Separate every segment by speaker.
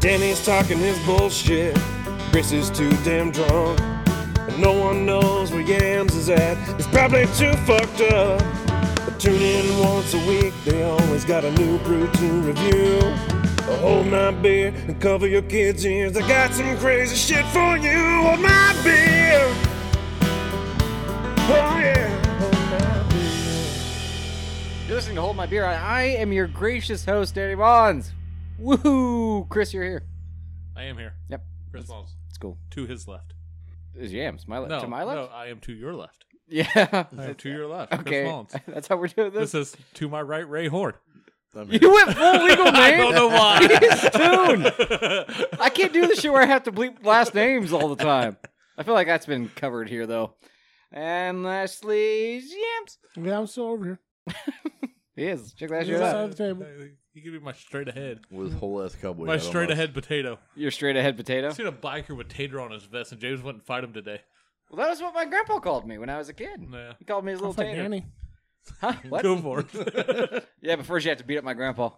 Speaker 1: Danny's talking his bullshit. Chris is too damn drunk. And no one knows where Yams is at. He's probably too fucked up. But tune in once a week. They always got a new brew to review. So hold my beer and cover your kids' ears. I got some crazy shit for you. Hold my beer. Oh yeah. Hold my beer.
Speaker 2: You're listening to Hold My Beer. I, I am your gracious host, Danny Bonds. Woohoo! Chris, you're here.
Speaker 3: I am here.
Speaker 2: Yep.
Speaker 3: Chris Longs.
Speaker 2: It's cool.
Speaker 3: To his left.
Speaker 2: It's Yams. My left.
Speaker 3: No,
Speaker 2: to my left?
Speaker 3: no, I am to your left.
Speaker 2: Yeah.
Speaker 3: I am to your left. Chris
Speaker 2: okay.
Speaker 3: Mullins.
Speaker 2: That's how we're doing this.
Speaker 3: This is to my right, Ray Horde.
Speaker 2: you went full legal
Speaker 3: I
Speaker 2: name.
Speaker 3: don't know why.
Speaker 2: Dude, I can't do this shit where I have to bleep last names all the time. I feel like that's been covered here, though. And lastly, Yams.
Speaker 4: Yeah, I'm still over here.
Speaker 2: He is. Check that
Speaker 4: Yeah,
Speaker 2: shit out.
Speaker 4: side of the table.
Speaker 3: you give me my straight ahead.
Speaker 5: with
Speaker 2: Mm.
Speaker 5: whole ass cowboy.
Speaker 3: My
Speaker 5: hat on
Speaker 3: straight
Speaker 5: my-
Speaker 3: ahead potato.
Speaker 2: You're straight ahead potato.
Speaker 3: I seen a biker with tater on his vest, and James went and fight him today.
Speaker 2: Well, that was what my grandpa called me when I was a kid.
Speaker 3: Yeah.
Speaker 2: He called me his
Speaker 4: I'll
Speaker 2: little
Speaker 4: fight
Speaker 2: tater.
Speaker 4: Danny.
Speaker 2: Huh? What?
Speaker 3: Go for it.
Speaker 2: Yeah, but first you have to beat up my grandpa.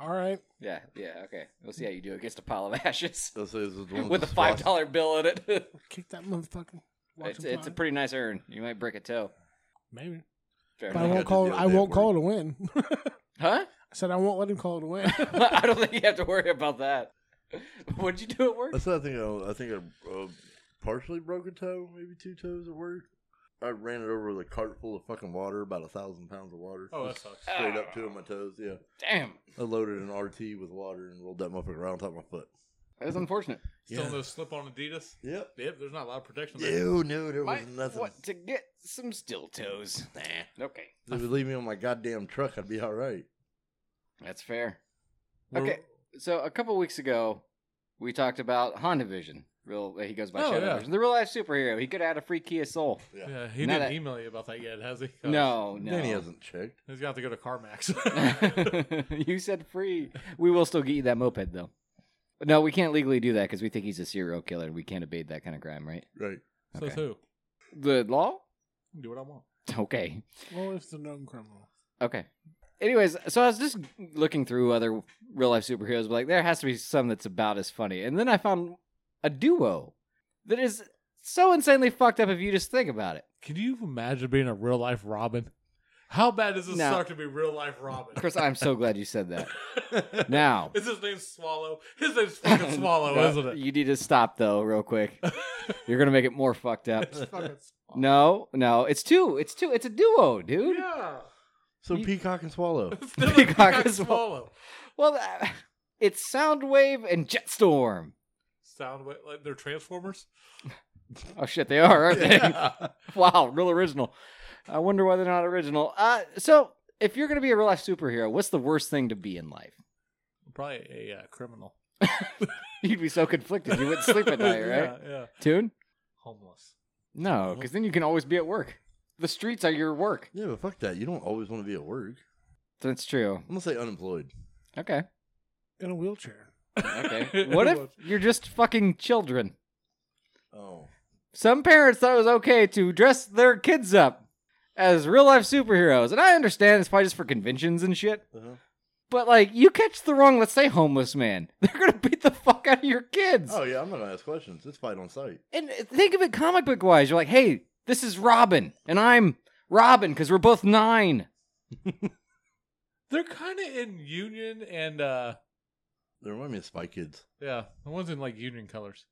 Speaker 4: All right.
Speaker 2: Yeah, yeah, okay. We'll see how you do against a pile of ashes
Speaker 5: Let's say this is one of
Speaker 2: with a
Speaker 5: those
Speaker 2: five
Speaker 5: spots.
Speaker 2: dollar bill in it.
Speaker 4: Kick that motherfucker. Watch
Speaker 2: it's
Speaker 4: him
Speaker 2: it's a
Speaker 4: fly.
Speaker 2: pretty nice urn. You might break a toe.
Speaker 3: Maybe.
Speaker 2: Fair
Speaker 4: But I
Speaker 2: enough.
Speaker 4: won't call.
Speaker 5: Got to
Speaker 4: I
Speaker 5: do it
Speaker 4: won't
Speaker 5: at
Speaker 4: call it a win. I
Speaker 2: Huh?
Speaker 4: said I won't let him call it a win.
Speaker 2: I don't think you have to worry about that. What'd you do at work?
Speaker 5: That's what I think. I, I think I uh, partially broke a toe, maybe two toes at work. I ran it over with a cart full of fucking water, about a thousand pounds of water.
Speaker 3: Oh, that sucks.
Speaker 5: Straight up two of my toes. Yeah,
Speaker 2: Damn,
Speaker 5: I loaded an RT with water and rolled that motherfucker around on top of my foot.
Speaker 2: that is unfortunate.
Speaker 3: Still
Speaker 5: Yeah.
Speaker 3: those slip on Adidas.
Speaker 5: Yep.
Speaker 3: Yep, there's not a lot of protection there.
Speaker 5: Ew, no, there was
Speaker 2: Might
Speaker 5: nothing.
Speaker 2: want to get some still toes. Nah. Okay,
Speaker 5: If they would leave me on my goddamn truck, I'd be all right.
Speaker 2: that's fair.
Speaker 3: We're-
Speaker 2: Okay, so a couple weeks ago, we talked about Honda Vision. Real, he goes by
Speaker 3: Oh,
Speaker 2: Shadow
Speaker 3: yeah.
Speaker 2: Vision, the real life superhero. He could add a free Kia Soul.
Speaker 3: Yeah, he
Speaker 2: Now
Speaker 3: didn't
Speaker 2: that-
Speaker 3: email you about that yet, has he? 'Cause
Speaker 2: No, no.
Speaker 5: Danny hasn't checked.
Speaker 3: He's got to go to CarMax.
Speaker 2: you said free. We will still get you that moped though. No, we can't legally do that because we think he's a serial killer. We can't evade that kind of crime, right?
Speaker 5: Right.
Speaker 3: so
Speaker 2: Okay.
Speaker 3: who?
Speaker 2: The law?
Speaker 3: Do what I want.
Speaker 2: Okay.
Speaker 4: well, it's the known criminal.
Speaker 2: Okay. Anyways, so I was just looking through other real life superheroes, but like there has to be some that's about as funny. And then I found a duo that is so insanely fucked up if you just think about it.
Speaker 3: Can you imagine being a real life Robin? How bad does this
Speaker 2: No.
Speaker 3: suck to be real life Robin?
Speaker 2: Chris, I'm so glad you said that. Now,
Speaker 3: Is his name Swallow? His name's fucking Swallow, isn't it?
Speaker 2: you need to stop though, real quick. You're gonna make it more fucked up.
Speaker 3: It's fucking Swallow.
Speaker 2: No, no, it's two. It's two. It's a duo, dude.
Speaker 3: Yeah.
Speaker 5: So peacock and swallow.
Speaker 3: It's still
Speaker 2: Peacock
Speaker 3: Peacock, Peacock
Speaker 2: and Swallow.
Speaker 3: Swallow.
Speaker 2: Well, uh, it's Soundwave and Jetstorm.
Speaker 3: Sound wa- like they're Transformers.
Speaker 2: Oh shit, they are, aren't they? wow, real original. I wonder why they're not original. Uh, so if you're gonna be a real life superhero, what's the worst thing to be in life?
Speaker 3: Probably a uh, criminal.
Speaker 2: You'd be so conflicted, you wouldn't sleep at night, right?
Speaker 3: Yeah, Uh-huh. yeah.
Speaker 2: Tune?
Speaker 3: Homeless.
Speaker 2: No, because then you can always be at work. The streets are your work.
Speaker 5: yeah, but fuck that. You don't always want to be at work.
Speaker 2: That's true.
Speaker 5: I'm gonna say unemployed.
Speaker 2: Okay,
Speaker 4: In a wheelchair.
Speaker 2: okay. What if you're just fucking children?
Speaker 5: Oh.
Speaker 2: some parents thought it was okay to dress their kids up as real life superheroes. And I understand it's probably just for conventions and shit.
Speaker 5: Uh-huh.
Speaker 2: But like you catch the wrong, let's say homeless man, they're gonna beat the fuck out of your kids.
Speaker 5: Oh yeah, I'm not gonna ask questions. It's fight on site.
Speaker 2: And think of it comic book wise, you're like, hey, this is Robin, and I'm Robin because we're both nine.
Speaker 3: they're kind of in Union and uh
Speaker 5: They remind me of Spy Kids.
Speaker 3: yeah, the ones in like Union colors.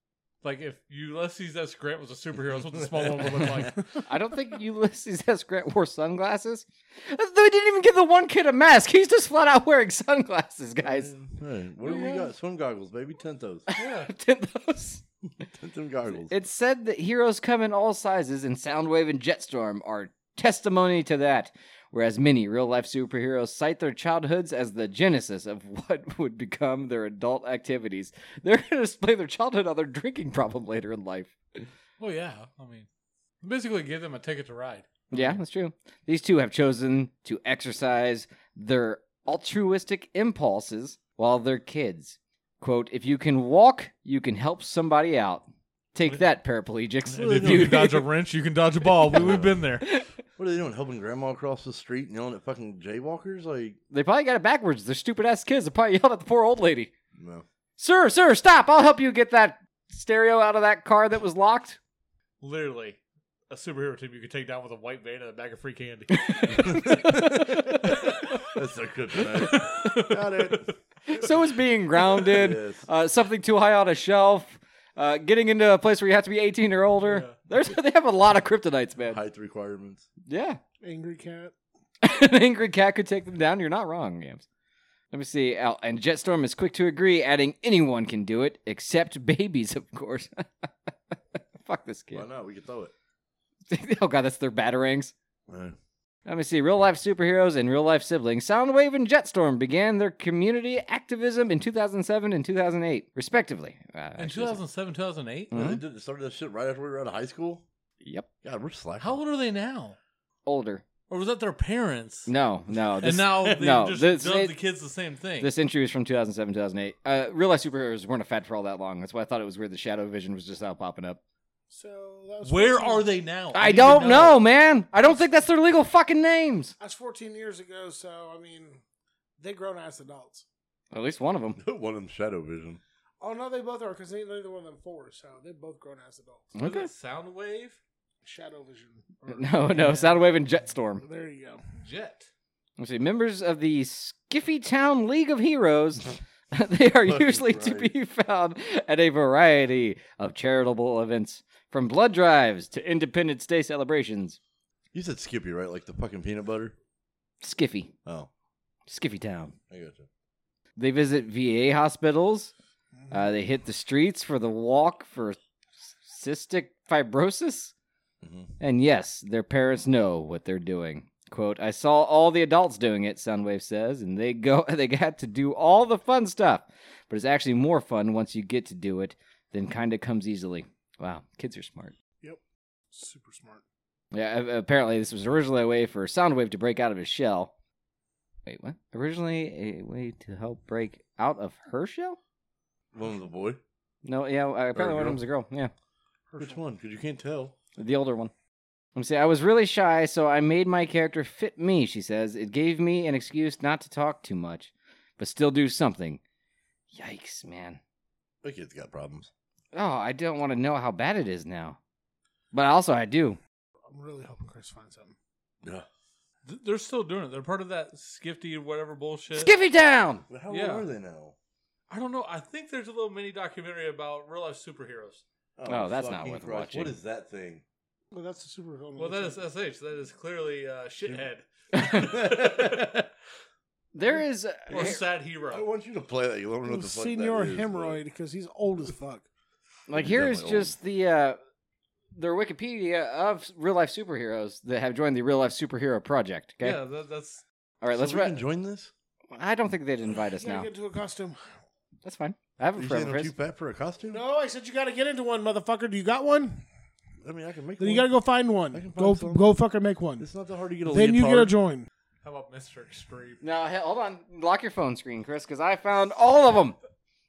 Speaker 3: Like if Ulysses S. Grant was a superhero, that's what the small one would look like.
Speaker 2: I don't think Ulysses S. Grant wore sunglasses. They didn't even give the one kid a mask. He's just flat out wearing sunglasses, guys.
Speaker 5: Hey, what do we got? Swim goggles, baby. Tent those.
Speaker 3: Yeah.
Speaker 2: Did those?
Speaker 5: Tent them goggles.
Speaker 2: It's said that heroes come in all sizes, and Soundwave and Jetstorm are testimony to that. Whereas many real life superheroes cite their childhoods as the genesis of what would become their adult activities, they're going to display their childhood on their drinking problem later in life.
Speaker 3: Well, yeah. I mean, basically give them a ticket to ride.
Speaker 2: Yeah, that's true. These two have chosen to exercise their altruistic impulses while they're kids. Quote, if you can walk, you can help somebody out. Take that, paraplegics.
Speaker 3: And if you can dodge a wrench, you can dodge a ball. We, we've been there.
Speaker 5: What are they doing? Helping grandma across the street and yelling at fucking jaywalkers? Like,
Speaker 2: They probably got it backwards. They're stupid ass kids. They probably yelled at the poor old lady.
Speaker 5: no.
Speaker 2: Sir, sir, stop! I'll help you get that stereo out of that car that was locked.
Speaker 3: Literally, a superhero team you could take down with a white van and a bag of free candy.
Speaker 5: That's so good tonight. Got it.
Speaker 2: so is being grounded,
Speaker 5: Yes.
Speaker 2: uh, something too high on a shelf, uh, getting into a place where you have to be 18 or older.
Speaker 3: Yeah.
Speaker 2: There's, they have a lot of kryptonites, man.
Speaker 5: Height requirements.
Speaker 2: Yeah.
Speaker 4: Angry cat.
Speaker 2: An angry cat could take them down. You're not wrong, Yams. Let me see. Al- and Jetstorm is quick to agree, adding anyone can do it, except babies, of course. Fuck this kid.
Speaker 5: Why not? We can throw it.
Speaker 2: oh, God, that's their batarangs.
Speaker 5: Right.
Speaker 2: Let me see. Real life superheroes and real life siblings. Soundwave and Jetstorm began their community activism in 2007 and 2008, respectively. Uh,
Speaker 3: In
Speaker 2: actually,
Speaker 3: 2007, 2008?
Speaker 2: Mhm.
Speaker 5: They did they started that shit right after we were out of high school.
Speaker 2: Yep.
Speaker 5: God, we're slacking.
Speaker 3: How old are they now?
Speaker 2: Older.
Speaker 3: Or was that their parents?
Speaker 2: No, no. This,
Speaker 3: and now they
Speaker 2: no,
Speaker 3: just
Speaker 2: this-
Speaker 3: done
Speaker 2: it-
Speaker 3: the kids the same thing.
Speaker 2: This entry was from 2007, 2008. Uh, real life superheroes weren't a fad for all that long. That's why I thought it was weird the Shadow Vision was just out popping up.
Speaker 4: So that was
Speaker 3: Where
Speaker 4: 14
Speaker 3: are they now?
Speaker 2: I
Speaker 3: need to
Speaker 2: don't know, man. I don't think that's their legal fucking names.
Speaker 4: That's 14 years ago. So I mean, they grown ass adults.
Speaker 2: At least one of them.
Speaker 5: One of them shadow vision.
Speaker 4: Oh no, they both are because ain't neither one of them four. So they're both grown ass adults.
Speaker 3: Is
Speaker 2: Okay.
Speaker 3: it Soundwave?
Speaker 4: Shadow Vision.
Speaker 2: No, no. Soundwave and Jetstorm.
Speaker 4: There you go.
Speaker 3: Jet.
Speaker 2: Let's see. Members of the Skiffy Town League of Heroes. they are
Speaker 5: Fucking
Speaker 2: usually to
Speaker 5: right.
Speaker 2: be found at a variety of charitable events, from blood drives to Independence Day celebrations.
Speaker 5: You said Skippy, right? Like the fucking peanut butter.
Speaker 2: Skiffy.
Speaker 5: Oh,
Speaker 2: Skiffy Town.
Speaker 5: I got you.
Speaker 2: They visit VA hospitals. Uh, they hit the streets for the walk for cystic fibrosis.
Speaker 5: Mhm.
Speaker 2: And yes, their parents know what they're doing. Quote, I saw all the adults doing it, Soundwave says, and they go they got to do all the fun stuff. But it's actually more fun once you get to do it than kinda comes easily. Wow, kids are smart.
Speaker 4: Super smart.
Speaker 2: Yeah, a- apparently this was originally a way for Soundwave to break out of his shell. Wait, what? Originally a way to help break out of her shell?
Speaker 5: One was a boy.
Speaker 2: No, yeah, uh, apparently one of
Speaker 5: girl.
Speaker 2: them's a girl. Yeah.
Speaker 5: Which one? Because you can't tell.
Speaker 2: The older one. I'm saying I was really shy, so I made my character fit me, she says. It gave me an excuse not to talk too much, but still do something. Yikes, man.
Speaker 5: That kid's got problems.
Speaker 2: Oh, I don't want to know how bad it is now. But also I do.
Speaker 4: I'm really hoping Chris finds something.
Speaker 5: Yeah.
Speaker 3: Th- They're still doing it. They're part of that Skifty whatever
Speaker 5: Uh,
Speaker 3: bullshit.
Speaker 2: Skiffy Town!
Speaker 5: But how
Speaker 3: Yeah.
Speaker 5: old are they now?
Speaker 3: I don't know. I think there's a little mini documentary about real life superheroes.
Speaker 2: Oh, that's not
Speaker 5: fucking
Speaker 2: worth
Speaker 5: Christ.
Speaker 2: watching.
Speaker 5: What is that thing?
Speaker 4: Well, that's the super villain.
Speaker 3: Well, that is SH. That is clearly uh, shithead
Speaker 2: There is uh,
Speaker 3: or
Speaker 2: a,
Speaker 3: sad
Speaker 5: I
Speaker 3: hero.
Speaker 5: want you to play that. You don't know what the fuck
Speaker 4: senior
Speaker 5: that is, but-
Speaker 4: hemorrhoid because he's old as fuck.
Speaker 2: like here is
Speaker 5: Definitely old.
Speaker 2: just the uh their Wikipedia of real life superheroes that have joined the real life superhero project. Okay.
Speaker 3: Yeah, that, that's
Speaker 2: All right, let's.
Speaker 5: so we
Speaker 2: Re-
Speaker 5: can join this.
Speaker 2: I don't think they'd invite us
Speaker 4: You gotta
Speaker 2: now.
Speaker 4: get into a costume.
Speaker 2: That's fine. I have
Speaker 5: Are
Speaker 2: a
Speaker 5: you
Speaker 2: friend.
Speaker 5: saying I'm too fat for a costume?
Speaker 4: No, I said you gotta get into one, motherfucker. Do you got one?
Speaker 5: I mean, I can make.
Speaker 4: Then
Speaker 5: one.
Speaker 4: you gotta go find one.
Speaker 5: I can
Speaker 4: Go,
Speaker 5: find some.
Speaker 4: go, fucking make one.
Speaker 5: It's not that hard to get a.
Speaker 4: Then you get a
Speaker 5: leotard.
Speaker 4: join.
Speaker 3: how about Mister Extreme?
Speaker 2: Now, he- hold on. Lock your phone screen, Chris, because I found all of them.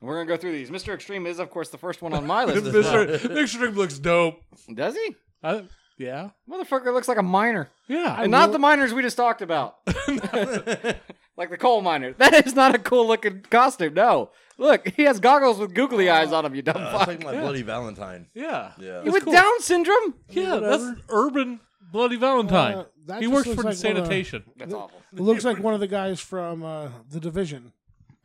Speaker 2: We're going to go through these. Mr. Extreme is, of course, the first one on my list. as well.
Speaker 3: Mister Extreme looks dope.
Speaker 2: Does he?
Speaker 3: I, yeah,
Speaker 2: Motherfucker looks like a miner.
Speaker 3: yeah.
Speaker 2: and not the miners we just talked about. like the coal miner. That is not a cool looking costume, no. Look, he has goggles with googly eyes on him, you dumb
Speaker 5: Uh, it's
Speaker 2: fuck.
Speaker 5: like my bloody Valentine.
Speaker 3: yeah,
Speaker 5: Yeah.
Speaker 2: you with Down syndrome?
Speaker 3: yeah. That's
Speaker 4: whatever.
Speaker 3: urban bloody Valentine.
Speaker 4: Uh, that
Speaker 3: he
Speaker 4: just
Speaker 3: works
Speaker 4: looks
Speaker 3: for
Speaker 4: like one of-
Speaker 3: sanitation.
Speaker 2: That's awful.
Speaker 4: It looks like one of the guys from uh, the division.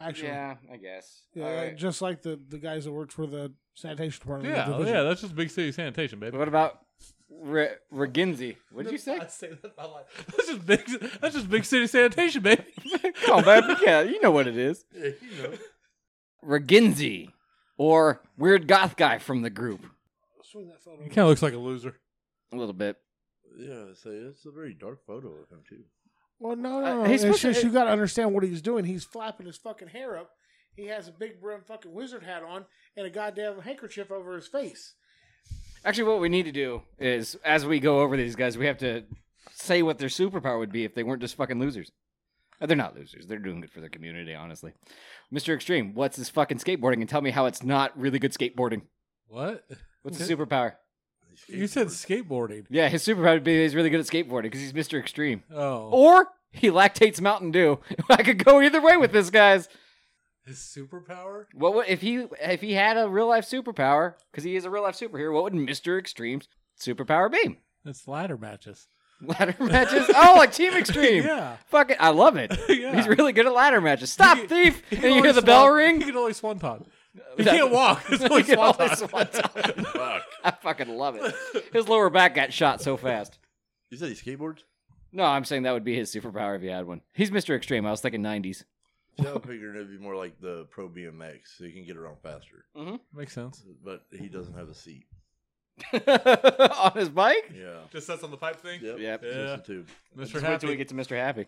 Speaker 4: Actually,
Speaker 2: Yeah, I guess.
Speaker 4: Yeah,
Speaker 2: All right.
Speaker 4: just like the, the guys that worked for the sanitation department. of
Speaker 3: yeah,
Speaker 4: the
Speaker 3: oh,
Speaker 4: division.
Speaker 3: yeah. That's just big city sanitation, baby.
Speaker 2: What about Re- Regenzi? What did you say?
Speaker 3: I say that my life. That's just big. That's just big city sanitation, baby.
Speaker 2: Come on, man. Yeah, you know what it is. Regenzi, or weird goth guy from the group.
Speaker 4: Swing that photo.
Speaker 3: He kind of looks like a loser.
Speaker 2: A little bit.
Speaker 5: Yeah. So it's a very dark photo of him too.
Speaker 4: Well, no,
Speaker 2: Uh,
Speaker 4: no, no.
Speaker 2: he's supposed
Speaker 4: it's
Speaker 2: to-
Speaker 4: just you got to understand what he's doing. He's flapping his fucking hair up. He has a big brim fucking wizard hat on and a goddamn handkerchief over his face.
Speaker 2: Actually, what we need to do is, as we go over these guys, we have to say what their superpower would be if they weren't just fucking losers. Uh, They're not losers. They're doing good for their community, honestly. Mr. Extreme, what's his fucking skateboarding? And tell me how it's not really good skateboarding.
Speaker 3: What?
Speaker 2: What's his superpower?
Speaker 3: You said skateboarding.
Speaker 2: Yeah, his superpower would be he's really good at skateboarding because he's Mr. Extreme.
Speaker 3: Oh.
Speaker 2: Or he lactates Mountain Dew. I could go either way with this, guys.
Speaker 3: His superpower?
Speaker 2: What would if he if he had a real life superpower? Because he is a real life superhero. What would Mister Extreme's superpower be?
Speaker 3: It's ladder matches.
Speaker 2: Ladder matches. Oh, like Team Extreme.
Speaker 3: Yeah.
Speaker 2: Fuck it, I love it.
Speaker 3: Yeah.
Speaker 2: He's really good at ladder matches. Stop
Speaker 3: can-
Speaker 2: thief!
Speaker 3: He
Speaker 2: And
Speaker 3: can
Speaker 2: you
Speaker 3: only
Speaker 2: hear the bell
Speaker 3: swan-
Speaker 2: ring.
Speaker 3: He can only swanton. He
Speaker 2: That-
Speaker 3: can't walk. It's
Speaker 2: He
Speaker 3: only
Speaker 2: can only
Speaker 3: swanton.
Speaker 2: swanton.
Speaker 5: Fuck.
Speaker 2: I fucking love it. His lower back got shot so fast.
Speaker 5: You said he skateboards?
Speaker 2: No, I'm saying that would be his superpower if he had one. He's Mr. Extreme. I was thinking 90s.
Speaker 5: See, I was figuring it'd be more like the Pro BMX, so he can get around faster.
Speaker 3: Makes sense.
Speaker 5: But he doesn't have a seat.
Speaker 2: On his bike?
Speaker 5: Yeah.
Speaker 3: Just sets on the pipe thing.
Speaker 5: Yep.
Speaker 2: Yep.
Speaker 5: It's
Speaker 3: Yeah.
Speaker 5: Just a tube.
Speaker 3: Mr.
Speaker 2: Just wait
Speaker 3: Happy.
Speaker 2: till we get to Mr. Happy.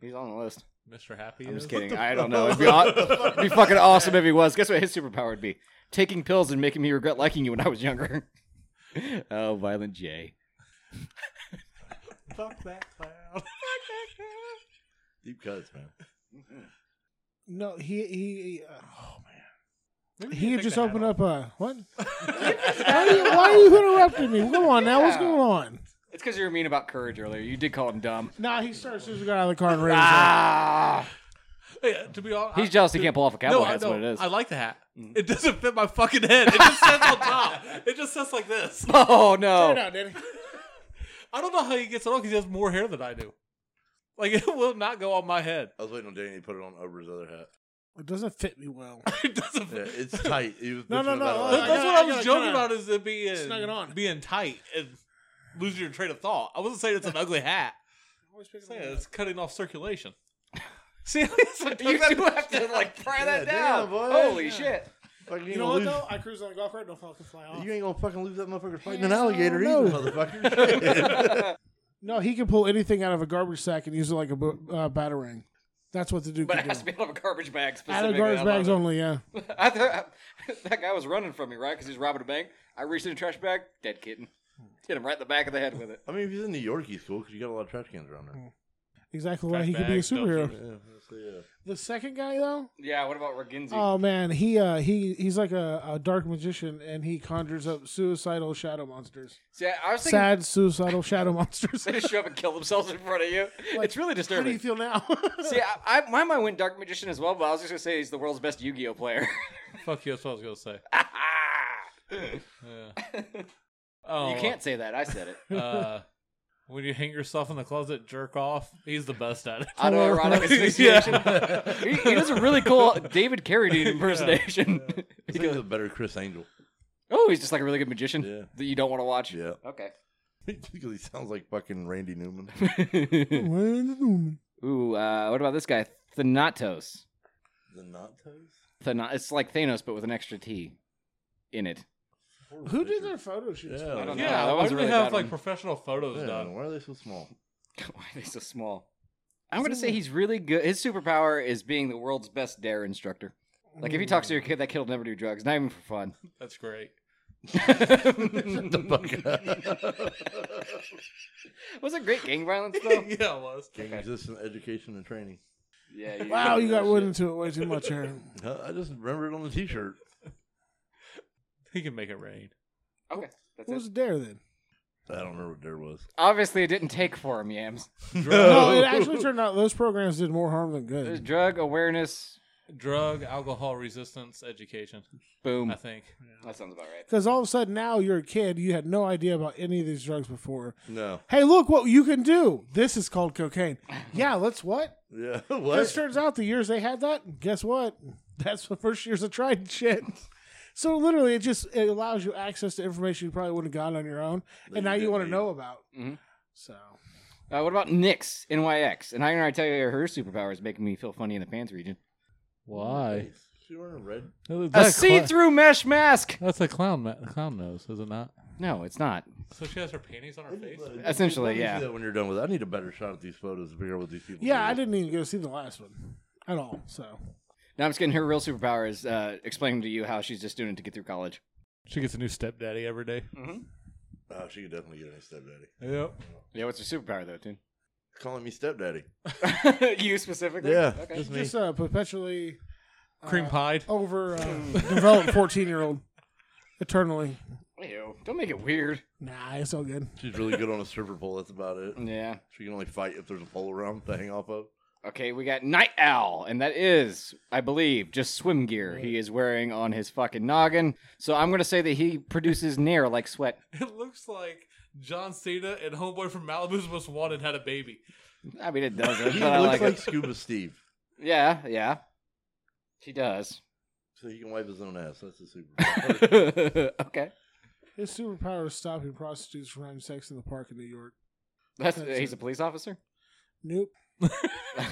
Speaker 2: He's on the list.
Speaker 3: Mr. Happy.
Speaker 2: I'm just
Speaker 3: is-
Speaker 2: kidding. I don't know. It'd be, aw- it'd be fucking awesome if he was. Guess what his superpower would be? Taking pills and making me regret liking you when I was younger. oh, Violent J.
Speaker 3: Fuck that clown.
Speaker 5: Deep cuts, man.
Speaker 4: No, he he.
Speaker 3: oh man.
Speaker 4: Uh,
Speaker 3: Maybe
Speaker 4: he
Speaker 3: you
Speaker 4: had
Speaker 3: take
Speaker 4: just
Speaker 3: the hat
Speaker 4: opened
Speaker 3: off.
Speaker 4: up a what? why, are you, why are you interrupting me? Go on now. What's
Speaker 2: Yeah.
Speaker 4: going on?
Speaker 2: It's because you were mean about courage earlier. You did call him dumb.
Speaker 4: Nah, he started as soon as we got out of the car and ran.
Speaker 2: Ah!
Speaker 3: Hey, to be honest,
Speaker 2: He's jealous he can't pull off a cowboy
Speaker 3: Uh, No,
Speaker 2: hat.
Speaker 3: I
Speaker 2: That's what it
Speaker 3: know.
Speaker 2: is. Mm.
Speaker 3: I like the hat. It doesn't fit my fucking head. It just sits on top. It just sits like this.
Speaker 2: oh, no.
Speaker 4: out, Danny.
Speaker 3: I don't know how he gets it on because he has more hair than I do. Like it will not go on my head.
Speaker 5: I was waiting on Danny to put it on over his other hat.
Speaker 4: It doesn't fit me well.
Speaker 3: It doesn't.
Speaker 5: Yeah,
Speaker 3: fit.
Speaker 5: it's tight. He was
Speaker 4: No, no,
Speaker 5: bitching
Speaker 4: no.
Speaker 5: about it
Speaker 3: That-
Speaker 5: last
Speaker 4: I
Speaker 3: That's what
Speaker 5: night.
Speaker 4: gotta- I
Speaker 3: I was
Speaker 4: gotta
Speaker 3: joking
Speaker 4: kinda
Speaker 3: about is it being
Speaker 4: snug it on.
Speaker 3: being tight and losing your train of thought. I wasn't saying it's an ugly hat.
Speaker 4: Always
Speaker 3: I'm
Speaker 4: picking
Speaker 3: saying
Speaker 4: on
Speaker 3: it's cutting off circulation. See, at least I took
Speaker 2: You
Speaker 3: that-
Speaker 2: do have to, like, pry
Speaker 5: Yeah,
Speaker 2: that
Speaker 5: damn,
Speaker 2: down.
Speaker 5: boy.
Speaker 2: Holy
Speaker 5: Yeah.
Speaker 2: shit.
Speaker 5: Fucking
Speaker 4: You
Speaker 5: ain't
Speaker 4: know
Speaker 5: gonna
Speaker 4: what
Speaker 5: lose-
Speaker 4: though? I cruise on the golf cart, don't fucking fly off.
Speaker 5: You ain't gonna fucking lose that motherfucker fighting an
Speaker 4: Hell
Speaker 5: alligator
Speaker 4: no.
Speaker 5: either, motherfucker.
Speaker 4: No, he can pull anything out of a garbage sack and use it like a bo- uh, batarang. That's what the dude
Speaker 2: But it
Speaker 4: can
Speaker 2: has
Speaker 4: do.
Speaker 2: to be out of a garbage bag
Speaker 4: Out
Speaker 2: specifically.
Speaker 4: of garbage
Speaker 2: I love
Speaker 4: bags
Speaker 2: it.
Speaker 4: only, yeah.
Speaker 2: I thought that guy was running from me, right? Because he was robbing a bank. I reached in a trash bag, dead kitten. Hit him right in the back of the head with it.
Speaker 5: I mean, if he's in New York, he's cool because you got a lot of trash cans around
Speaker 4: Mm.
Speaker 5: there.
Speaker 4: Exactly why he could be a
Speaker 3: bags,
Speaker 4: superhero.
Speaker 3: dumpsters.
Speaker 5: So, yeah.
Speaker 4: The second guy though,
Speaker 2: Yeah, what about Raginzi?
Speaker 4: oh man, he uh, he he's like a, a dark magician and he conjures up suicidal shadow monsters.
Speaker 2: See, I I was thinking
Speaker 4: Sad suicidal shadow monsters.
Speaker 2: they just show up and kill themselves in front of you. it's really
Speaker 4: How do you
Speaker 2: disturbing.
Speaker 4: feel now?
Speaker 2: See, I, I, my mind went Dark Magician as well, but I was just going to say he's the world's best Yu Gi Oh player. Ah!
Speaker 3: Fuck you. That's what I was gonna say.
Speaker 2: you
Speaker 3: Yeah. Oh,
Speaker 2: can't say that. I said it.
Speaker 3: Uh, when you hang yourself in the closet, jerk off. He's the best at it.
Speaker 2: Autoerotic asphyxiation. he, he does a really cool David Carradine impersonation.
Speaker 5: He's like a better Chris Angel.
Speaker 2: oh, he's just like a really good magician
Speaker 5: Yeah.
Speaker 2: that you don't want to watch.
Speaker 5: Yeah.
Speaker 2: Okay.
Speaker 5: because he sounds like fucking Randy Newman.
Speaker 4: Wait
Speaker 2: Ooh, uh, what about this guy? Thanatos.
Speaker 5: the not toes?
Speaker 2: Thana- it's like Thanos, but with an extra T in it.
Speaker 4: Who did their photo shoots?
Speaker 5: Yeah.
Speaker 4: for?
Speaker 5: I don't
Speaker 2: Yeah,
Speaker 3: Yeah,
Speaker 2: that
Speaker 3: why
Speaker 2: was
Speaker 3: do
Speaker 2: a
Speaker 3: they
Speaker 2: really
Speaker 3: have
Speaker 2: bad
Speaker 3: like
Speaker 2: one.
Speaker 3: professional photos
Speaker 5: Yeah,
Speaker 3: done?
Speaker 5: why are they so small?
Speaker 2: Why are they so small? Hmm. I'm gonna say he's really good. His superpower is being the world's best dare instructor. Like if he talks to your kid, that kid will never do drugs, not even for fun.
Speaker 3: That's great.
Speaker 5: the fuck
Speaker 2: was it great gang violence though?
Speaker 3: yeah, it was.
Speaker 5: Gang resistance, education, and training.
Speaker 2: yeah. You Oh,
Speaker 4: Wow, you got
Speaker 2: shit.
Speaker 4: wood into it way too much here.
Speaker 5: Huh, I just remember it on the t-shirt.
Speaker 3: He can make it rain.
Speaker 2: Okay, that's
Speaker 4: What was
Speaker 2: it.
Speaker 4: the dare then?
Speaker 5: I don't remember what there was.
Speaker 2: Obviously, it didn't take for him, yams.
Speaker 4: No,
Speaker 5: Oh.
Speaker 4: it actually turned out those programs did more harm than
Speaker 2: There's
Speaker 4: good.
Speaker 2: drug awareness.
Speaker 3: Drug, alcohol resistance, education.
Speaker 2: Boom.
Speaker 3: I think.
Speaker 2: That sounds about right.
Speaker 4: Because all of a sudden now you're a kid, you had no idea about any of these drugs before.
Speaker 5: No.
Speaker 4: Hey, look what you can do. This is called cocaine. Yeah, let's what?
Speaker 5: Yeah.
Speaker 4: Because
Speaker 5: What?
Speaker 4: turns out the years they had that, guess what? That's the first years of tried shit. So literally, it just it allows you access to information you probably wouldn't have gotten on your own,
Speaker 5: you
Speaker 4: and now you
Speaker 5: didn't
Speaker 4: want to
Speaker 5: need. Mm-hmm.
Speaker 4: know about.
Speaker 2: Mhm.
Speaker 4: So
Speaker 2: Uh, what about Nyx, NYX? And I can already tell you her superpower is making me feel funny in the pants region.
Speaker 3: Why?
Speaker 5: She wearing red.
Speaker 2: A see-through mesh mask.
Speaker 3: That's a clown. Ma- clown nose, is it not?
Speaker 2: No, it's not.
Speaker 3: So she has her panties on her face.
Speaker 2: Essentially,
Speaker 5: Let me see
Speaker 2: yeah.
Speaker 5: that when you're done with it. I need a better shot at these photos to figure out what these people
Speaker 4: yeah, I
Speaker 5: do.
Speaker 4: didn't even go see the last one at all. So
Speaker 2: No, I'm just kidding. Her real superpower is uh, explaining to you how she's just doing it to get through college.
Speaker 3: She gets a new stepdaddy every day.
Speaker 5: Oh, she could definitely get any stepdaddy.
Speaker 3: Yep.
Speaker 2: Yeah, what's your superpower though,
Speaker 5: Calling me stepdaddy.
Speaker 2: dude? you specifically?
Speaker 5: Yeah.
Speaker 2: Okay.
Speaker 5: Just me.
Speaker 4: just uh, perpetually
Speaker 3: Cream pied.
Speaker 4: over uh, developed fourteen year old eternally.
Speaker 2: Ew, don't make it weird.
Speaker 4: Nah, it's all good.
Speaker 5: She's really good on a stripper pole. That's about it.
Speaker 2: Yeah.
Speaker 5: She can only fight if there's a pole around to hang off of.
Speaker 2: Okay, we got Night Owl, and that is, I believe, just swim gear he is wearing on his fucking noggin. So I'm gonna say that he produces nair like sweat.
Speaker 3: It looks like John Cena and Homeboy from Malibu's Most Wanted had a baby.
Speaker 2: I mean, it doesn't,
Speaker 5: He
Speaker 2: but I
Speaker 5: looks
Speaker 2: like,
Speaker 5: like,
Speaker 2: it.
Speaker 5: Scuba Steve,
Speaker 2: Yeah, yeah, he does.
Speaker 5: so he can wipe his own ass. That's a super.
Speaker 2: okay,
Speaker 4: His superpower is stopping prostitutes from having sex in the park in New York.
Speaker 2: that's
Speaker 4: That's
Speaker 2: he's
Speaker 4: it.
Speaker 2: a police officer.
Speaker 4: Nope.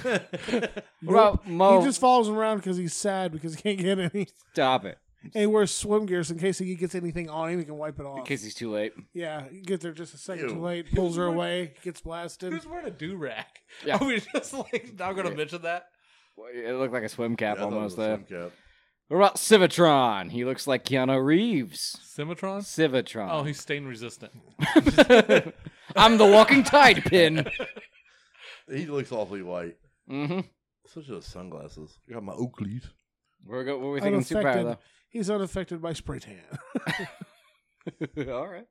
Speaker 2: What about Mo?
Speaker 4: He just follows him around because he's sad because he can't get any.
Speaker 2: Stop it,
Speaker 4: And he wears swim gears in case he gets anything on him, he can wipe it off.
Speaker 2: in case he's too late.
Speaker 4: yeah, you get there just a second
Speaker 5: Ew.
Speaker 4: too late, pulls her away, gets blasted.
Speaker 3: Who's wearing a do rag?
Speaker 2: Yeah.
Speaker 3: Are we just like not going to
Speaker 2: Yeah.
Speaker 3: mention that?
Speaker 2: It looked like a swim cap
Speaker 5: Yeah, I thought it
Speaker 2: almost.
Speaker 5: was a
Speaker 2: There.
Speaker 5: swim cap.
Speaker 2: What about Civatron? He looks like Keanu Reeves.
Speaker 3: Oh, Simitron?
Speaker 2: Civatron.
Speaker 3: Oh, he's stain resistant.
Speaker 2: I'm the walking tide pin.
Speaker 5: He looks awfully white.
Speaker 2: Mm-hmm.
Speaker 5: Such as sunglasses. I got my Oakleys.
Speaker 2: We're go- what are we thinking superpower
Speaker 4: Unaffected. He's unaffected by spray tan.
Speaker 2: though? All right.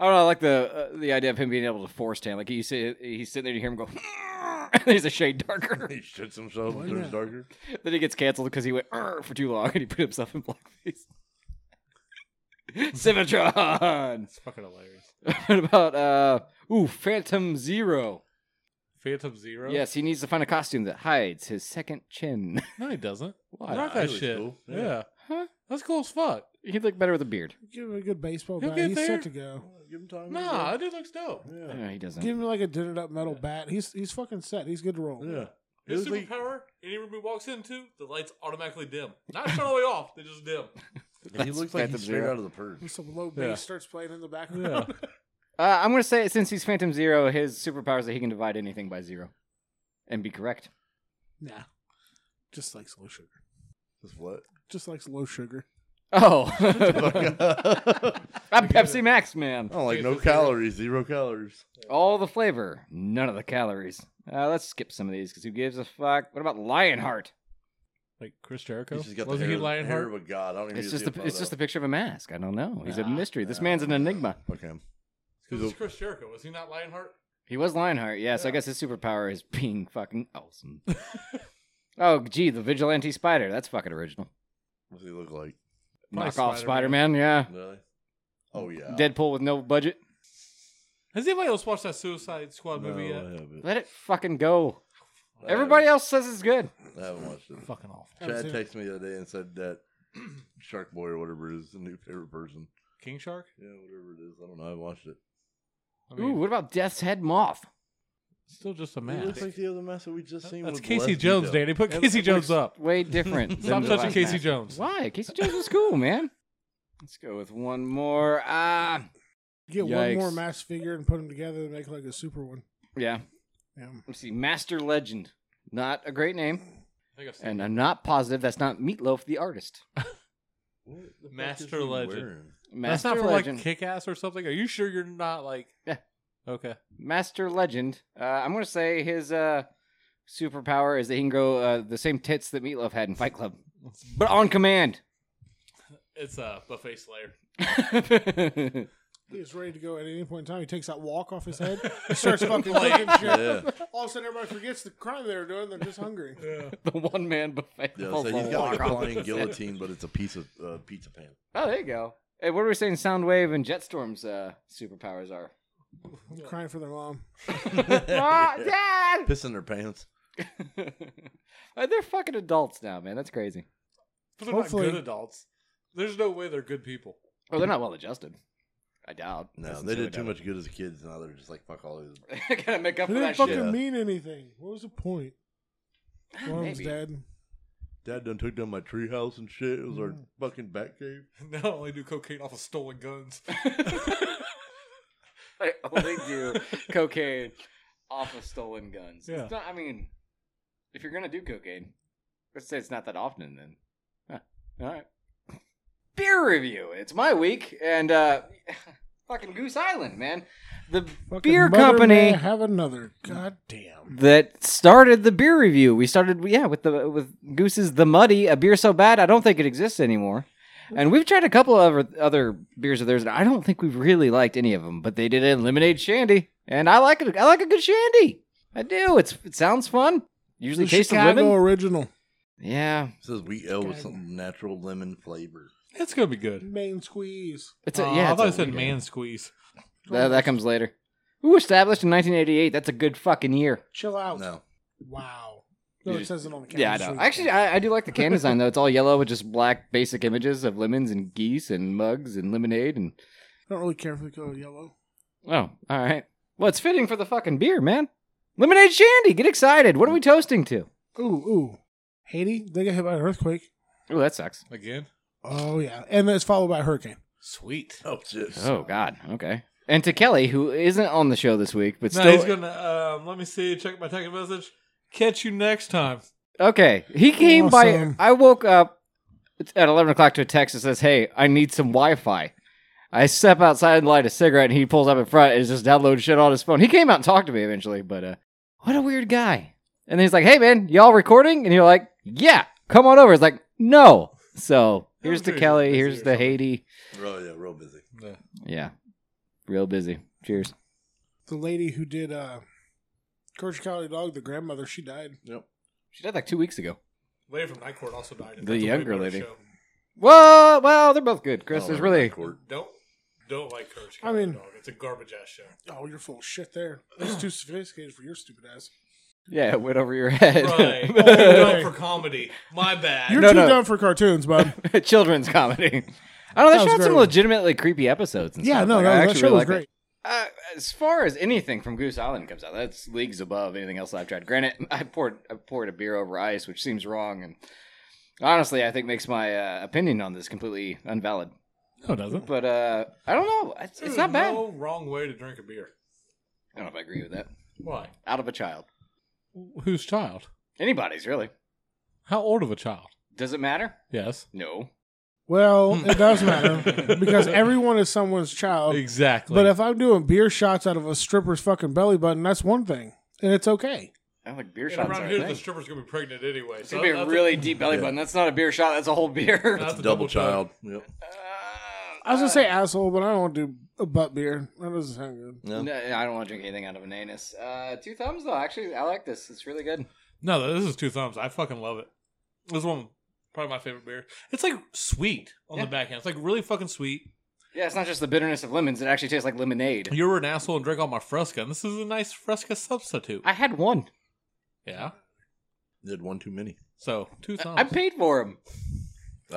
Speaker 2: I don't know. I like the uh, the idea of him being able to force tan. Like you see, he's sitting there, you hear him go, and he's a shade darker.
Speaker 5: He shits himself.
Speaker 4: Why
Speaker 5: and turns
Speaker 4: not?
Speaker 5: darker.
Speaker 2: then he gets canceled because he went "Arr" for too long and he put himself in blackface. Civatron.
Speaker 3: It's fucking hilarious.
Speaker 2: what about uh? Ooh, Phantom Zero.
Speaker 3: Phantom Zero?
Speaker 2: Yes, he needs to find a costume that hides his second chin.
Speaker 3: No, he doesn't.
Speaker 2: Why?
Speaker 3: Rock
Speaker 5: Nah,
Speaker 3: that
Speaker 5: he looks
Speaker 3: shit.
Speaker 5: cool.
Speaker 3: Yeah.
Speaker 5: Yeah.
Speaker 2: Huh?
Speaker 3: That's cool as fuck.
Speaker 2: He'd look better with a beard.
Speaker 4: Give him a good baseball
Speaker 3: He'll
Speaker 4: bat.
Speaker 3: get
Speaker 4: He's
Speaker 3: there.
Speaker 4: set to go.
Speaker 5: Give him time.
Speaker 3: Nah, that dude looks dope.
Speaker 5: Yeah.
Speaker 2: No, he doesn't.
Speaker 4: Give him like a dinted up metal bat. He's he's fucking set. He's good to roll.
Speaker 5: Yeah. He
Speaker 3: His
Speaker 5: looks like-
Speaker 3: superpower, any room he walks into, the lights automatically dim. Not shut all the way off, they just dim.
Speaker 5: he looks like
Speaker 2: Phantom
Speaker 5: he's straight
Speaker 2: Zero.
Speaker 5: out of the purge.
Speaker 4: And some low bass
Speaker 3: Yeah.
Speaker 4: starts playing in the background.
Speaker 2: Uh, I'm gonna say since he's Phantom Zero, his superpower is that he can divide anything by zero, and be correct.
Speaker 4: nah. Just likes low sugar.
Speaker 5: Just what?
Speaker 4: Just likes low sugar.
Speaker 2: Oh,
Speaker 5: I
Speaker 2: I'm Pepsi Max man.
Speaker 5: don't like no
Speaker 3: Phantom Zero.
Speaker 5: calories. Zero calories.
Speaker 2: All the flavor, none of the calories. Uh, let's skip some of these because who gives a fuck? What about Lionheart?
Speaker 3: Like Chris Jericho?
Speaker 5: He's just got the
Speaker 3: Wasn't
Speaker 5: hair,
Speaker 3: he Lionheart?
Speaker 5: hair of a god. I don't even
Speaker 2: It's
Speaker 5: need
Speaker 2: just
Speaker 5: to see
Speaker 2: the
Speaker 5: a
Speaker 2: it's just a
Speaker 5: photo.
Speaker 2: picture of a mask. I don't know. He's a
Speaker 3: Nah,
Speaker 2: mystery. This
Speaker 5: nah,
Speaker 2: man's an
Speaker 5: nah.
Speaker 2: enigma.
Speaker 5: Fuck him.
Speaker 3: Because it's Chris Jericho. Was he not Lionheart?
Speaker 2: He was Lionheart, yeah, so I
Speaker 3: Yeah.
Speaker 2: guess his superpower is being fucking awesome. oh, gee, the vigilante spider. That's fucking original.
Speaker 5: What does he look like?
Speaker 3: Probably
Speaker 2: Knock off Spider
Speaker 3: Spider-Man.
Speaker 2: Man, yeah.
Speaker 5: Really? Oh yeah.
Speaker 2: Deadpool with no budget.
Speaker 3: Has anybody else watched that Suicide Squad
Speaker 5: No,
Speaker 3: movie
Speaker 5: I
Speaker 3: yet?
Speaker 5: haven't.
Speaker 2: Let it fucking go.
Speaker 5: I
Speaker 2: Everybody else says it's good.
Speaker 5: haven't. I haven't watched it.
Speaker 3: Fucking awful.
Speaker 4: Haven't
Speaker 5: Chad
Speaker 4: seen it.
Speaker 5: texted me the other day and said that Shark Boy or whatever it is the new favorite person.
Speaker 3: King Shark?
Speaker 5: Yeah, whatever it is. I don't know. I watched it.
Speaker 3: I
Speaker 2: Ooh,
Speaker 3: mean,
Speaker 2: what about Death's Head Moth?
Speaker 3: still just a
Speaker 5: It
Speaker 3: mask.
Speaker 5: looks like the other mess that we just seen.
Speaker 3: That's
Speaker 5: with
Speaker 3: Casey
Speaker 5: less
Speaker 3: Jones,
Speaker 5: detail.
Speaker 3: Danny. Put Casey Jones up.
Speaker 2: Way different.
Speaker 3: Stop
Speaker 2: than the
Speaker 3: touching
Speaker 2: last
Speaker 3: Casey
Speaker 2: mask.
Speaker 3: Jones.
Speaker 2: Why? Casey Jones was cool, man. Let's go with one more. Ah,
Speaker 4: Get one more
Speaker 2: Yikes.
Speaker 4: mass figure and put them together to make like a super one.
Speaker 2: yeah.
Speaker 4: Yeah.
Speaker 2: Let's see. Master Legend. Not a great name,
Speaker 3: I think I've seen
Speaker 2: and I'm not positive that's not Meatloaf the artist.
Speaker 5: What the fuck is
Speaker 3: Master
Speaker 5: he
Speaker 3: Legend.
Speaker 5: wearing?
Speaker 2: Master
Speaker 3: That's not for
Speaker 2: Legend.
Speaker 3: like kick ass or something. Are you sure you're not like
Speaker 2: Yeah.
Speaker 3: Okay.
Speaker 2: Master Legend. Uh, I'm gonna say his uh, superpower is that he can grow uh, the same tits that Meatloaf had in Fight Club, but on command.
Speaker 3: It's a buffet slayer.
Speaker 4: He is ready to go at any point in time. He takes that walk off his head. He starts fucking clicking shit.
Speaker 5: Yeah.
Speaker 4: All of a sudden, everybody forgets the crime they were doing. They're just hungry.
Speaker 2: the one man buffet.
Speaker 5: Yeah,
Speaker 2: full
Speaker 5: so he's
Speaker 2: of
Speaker 5: got like a
Speaker 2: walk-ons.
Speaker 5: flying guillotine, but it's a piece of uh, pizza pan.
Speaker 2: Oh, there you go. Hey, what are we saying? Soundwave and Jetstorm's uh, superpowers are.
Speaker 4: Crying for their mom.
Speaker 2: Ah, Dad!
Speaker 5: Piss in their pants.
Speaker 2: Uh, They're fucking adults now, man. That's crazy.
Speaker 3: But they're
Speaker 4: Hopefully-
Speaker 3: not good adults. There's no way they're good people.
Speaker 2: Oh, they're not well adjusted. I doubt.
Speaker 5: No,
Speaker 2: That's
Speaker 5: they did too
Speaker 2: sincerely
Speaker 5: much good as kids. Now they're just like fuck all these.
Speaker 2: doubt it. Gotta make up for
Speaker 4: It didn't
Speaker 2: that
Speaker 4: fucking
Speaker 2: shit.
Speaker 5: shit.
Speaker 4: mean anything. What was the point? Mom's
Speaker 2: Maybe.
Speaker 4: dead.
Speaker 5: Dad done took down my treehouse and shit. It was our fucking bat cave.
Speaker 3: Now I only do cocaine off of stolen guns.
Speaker 2: I only do cocaine off of stolen guns.
Speaker 3: Yeah.
Speaker 2: It's not, I mean, if you're gonna do cocaine, let's say it's not that often then. Huh. All right. Beer review. It's my week, and uh, fucking Goose Island, man. The
Speaker 4: Fucking
Speaker 2: beer
Speaker 4: mother may
Speaker 2: company
Speaker 4: I have another. God damn.
Speaker 2: that started the beer review. We started, yeah, with the with Goose's The Muddy, a beer so bad I don't think it exists anymore. And we've tried a couple of other- other beers of theirs, and I don't think we've really liked any of them. But they did a lemonade shandy, and I like it. I like a good shandy. I do. It's it sounds fun. Usually
Speaker 4: The
Speaker 2: taste
Speaker 4: Chicago
Speaker 2: of lemon.
Speaker 4: original.
Speaker 2: Yeah,
Speaker 5: It says wheat ale with some natural lemon flavor.
Speaker 3: It's gonna be good.
Speaker 4: Main squeeze.
Speaker 2: it's a,
Speaker 3: Aw,
Speaker 2: yeah.
Speaker 3: I
Speaker 2: it's
Speaker 3: thought
Speaker 2: a
Speaker 3: it said
Speaker 2: weird
Speaker 3: man
Speaker 2: ale.
Speaker 3: squeeze.
Speaker 2: That, that comes later. Ooh, established in 1988. That's a good fucking year.
Speaker 4: Chill
Speaker 3: Oh.
Speaker 4: out.
Speaker 5: No.
Speaker 4: Wow. No, it says it on the can.
Speaker 2: Yeah, I know. Actually, I, I do like the can design though. It's all yellow with just black basic images of lemons and geese and mugs and lemonade and
Speaker 4: don't really care for the color yellow.
Speaker 2: oh, all right. Well, it's fitting for the fucking beer, man. Lemonade shandy. Get excited. What are we toasting to?
Speaker 4: Ooh, ooh. Haiti, they got hit by an earthquake.
Speaker 2: Oh, that sucks.
Speaker 3: Again?
Speaker 4: Oh yeah, and then it's followed by a hurricane.
Speaker 3: Sweet.
Speaker 5: Oh, shit.
Speaker 2: Oh God. Okay. And to Kelly, who isn't on the show this week, but
Speaker 3: No,
Speaker 2: still
Speaker 3: he's gonna um, let me see, check my text message. Catch you next time.
Speaker 2: Okay. He came
Speaker 4: Awesome.
Speaker 2: by. I woke up at 11 o'clock to a text that says, Hey, I need some Wi Fi. I step outside and light a cigarette, and he pulls up in front and is just downloading shit on his phone. He came out and talked to me eventually, but uh, what a weird guy. And then he's like, Hey, man, y'all recording? And you're like, Yeah, come on over. It's like, No. So here's to
Speaker 3: Okay,
Speaker 2: Kelly.
Speaker 3: busy
Speaker 2: Here's
Speaker 3: or
Speaker 2: to
Speaker 3: something.
Speaker 2: Haiti.
Speaker 5: Oh, yeah, real busy.
Speaker 3: Yeah.
Speaker 2: Yeah. Real busy. Cheers.
Speaker 4: The lady who did uh, Courage the Cowardly Dog, the grandmother, she died.
Speaker 5: Yep.
Speaker 2: She died like two weeks ago.
Speaker 3: Lady from Night Court also
Speaker 2: The
Speaker 3: died.
Speaker 2: That's a way younger better lady. show. Well, well, they're both good, Chris.
Speaker 5: Oh,
Speaker 2: There's
Speaker 5: that
Speaker 2: really
Speaker 5: record.
Speaker 3: Don't don't like Courage.
Speaker 4: I mean-
Speaker 3: dog. it's a garbage ass show.
Speaker 4: Oh, you're full of shit there. It's too sophisticated for your stupid ass.
Speaker 2: yeah, it went over your head.
Speaker 3: Right. oh, you're dumb for comedy. My bad.
Speaker 4: You're
Speaker 2: Uh, No,
Speaker 4: too
Speaker 2: no.
Speaker 4: dumb for cartoons, bud.
Speaker 2: children's comedy. I don't know. They
Speaker 4: That was
Speaker 2: shot some
Speaker 4: great.
Speaker 2: legitimately creepy episodes. And
Speaker 4: yeah,
Speaker 2: stuff.
Speaker 4: no,
Speaker 2: Like, I
Speaker 4: no, that
Speaker 2: actually
Speaker 4: show
Speaker 2: really
Speaker 4: was
Speaker 2: liked it.
Speaker 4: great.
Speaker 2: Uh, as far as anything from Goose Island comes out, that's leagues above anything else I've tried. Granted, I poured I poured a beer over ice, which seems wrong, and honestly, I think makes my uh, opinion on this completely invalid.
Speaker 3: no, it doesn't.
Speaker 2: But uh, I don't know. It's, it's not bad.
Speaker 3: No wrong way to drink a beer.
Speaker 2: I don't know if I agree with that.
Speaker 3: Why?
Speaker 2: Out of a child,
Speaker 3: Whose child?
Speaker 2: anybody's really.
Speaker 3: How old of a child?
Speaker 2: Does it matter?
Speaker 3: Yes.
Speaker 2: No.
Speaker 4: Well, it does matter because everyone is someone's child.
Speaker 3: Exactly.
Speaker 4: But if I'm doing beer shots out of a stripper's fucking belly button, that's one thing, and it's okay.
Speaker 2: I don't think beer
Speaker 3: and
Speaker 2: shots
Speaker 3: around
Speaker 2: are
Speaker 3: here,
Speaker 2: a
Speaker 3: the
Speaker 2: thing.
Speaker 3: stripper's gonna be pregnant anyway.
Speaker 2: It's
Speaker 3: so
Speaker 2: gonna be a
Speaker 3: that's
Speaker 2: really deep belly
Speaker 5: Yeah.
Speaker 2: button. That's not a beer shot. That's a whole beer. Uh,
Speaker 3: That's a
Speaker 5: Double
Speaker 3: double child.
Speaker 5: child. Yep.
Speaker 4: I was gonna say asshole, but I don't want to do a butt beer. That doesn't sound good.
Speaker 5: No.
Speaker 2: No, I don't want to drink anything out of an anus. Uh, two thumbs though. Actually, I like this. It's really good.
Speaker 3: No, this is two thumbs. I fucking love it. This is one probably my favorite beer. It's like sweet on
Speaker 2: Yeah.
Speaker 3: the backhand. It's like really fucking sweet.
Speaker 2: Yeah, it's not just the bitterness of lemons. It actually tastes like lemonade.
Speaker 3: You were an asshole and drank all my Fresca, and this is a nice Fresca substitute.
Speaker 2: I had one.
Speaker 3: yeah.
Speaker 5: Did one too many.
Speaker 3: So two thumbs.
Speaker 2: I
Speaker 5: Oh.
Speaker 2: paid for them.
Speaker 5: I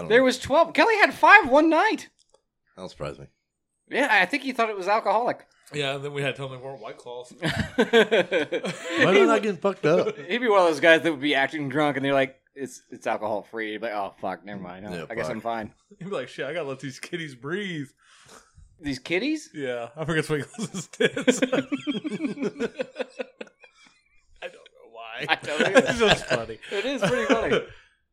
Speaker 5: don't
Speaker 2: There
Speaker 5: know.
Speaker 2: was twelve. Kelly had five one night.
Speaker 5: that don't surprise me.
Speaker 2: Yeah, I think he thought it was alcoholic.
Speaker 3: yeah, and then we had to tell them they weren't White Claws.
Speaker 5: Why did I
Speaker 2: he'd,
Speaker 5: not get fucked up?
Speaker 2: he'd be one of those guys that would be acting drunk, and they're like, "It's it's alcohol free." He'd be like, "Oh fuck, never mind. I-
Speaker 5: Yeah,
Speaker 2: I guess
Speaker 5: fuck.
Speaker 2: I'm fine."
Speaker 3: You'd be like, shit, I gotta let these kitties breathe.
Speaker 2: These kitties.
Speaker 3: Yeah, I forget what Claws is. I don't know why.
Speaker 2: I don't either.
Speaker 3: it's just funny.
Speaker 2: It is pretty funny.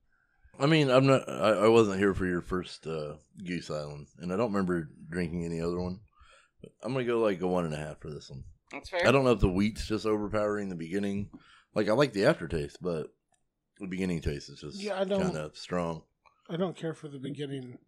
Speaker 5: I mean, I'm not. I, I wasn't here for your first uh, Goose Island, and I don't remember drinking any other one. But I'm gonna go like a one and a half for this one.
Speaker 2: That's fair.
Speaker 5: I don't know if the wheat's just overpowering the beginning. Like I like the aftertaste, but the beginning taste is just
Speaker 4: Yeah, I don't-
Speaker 5: kind of strong.
Speaker 4: I don't care for the beginning.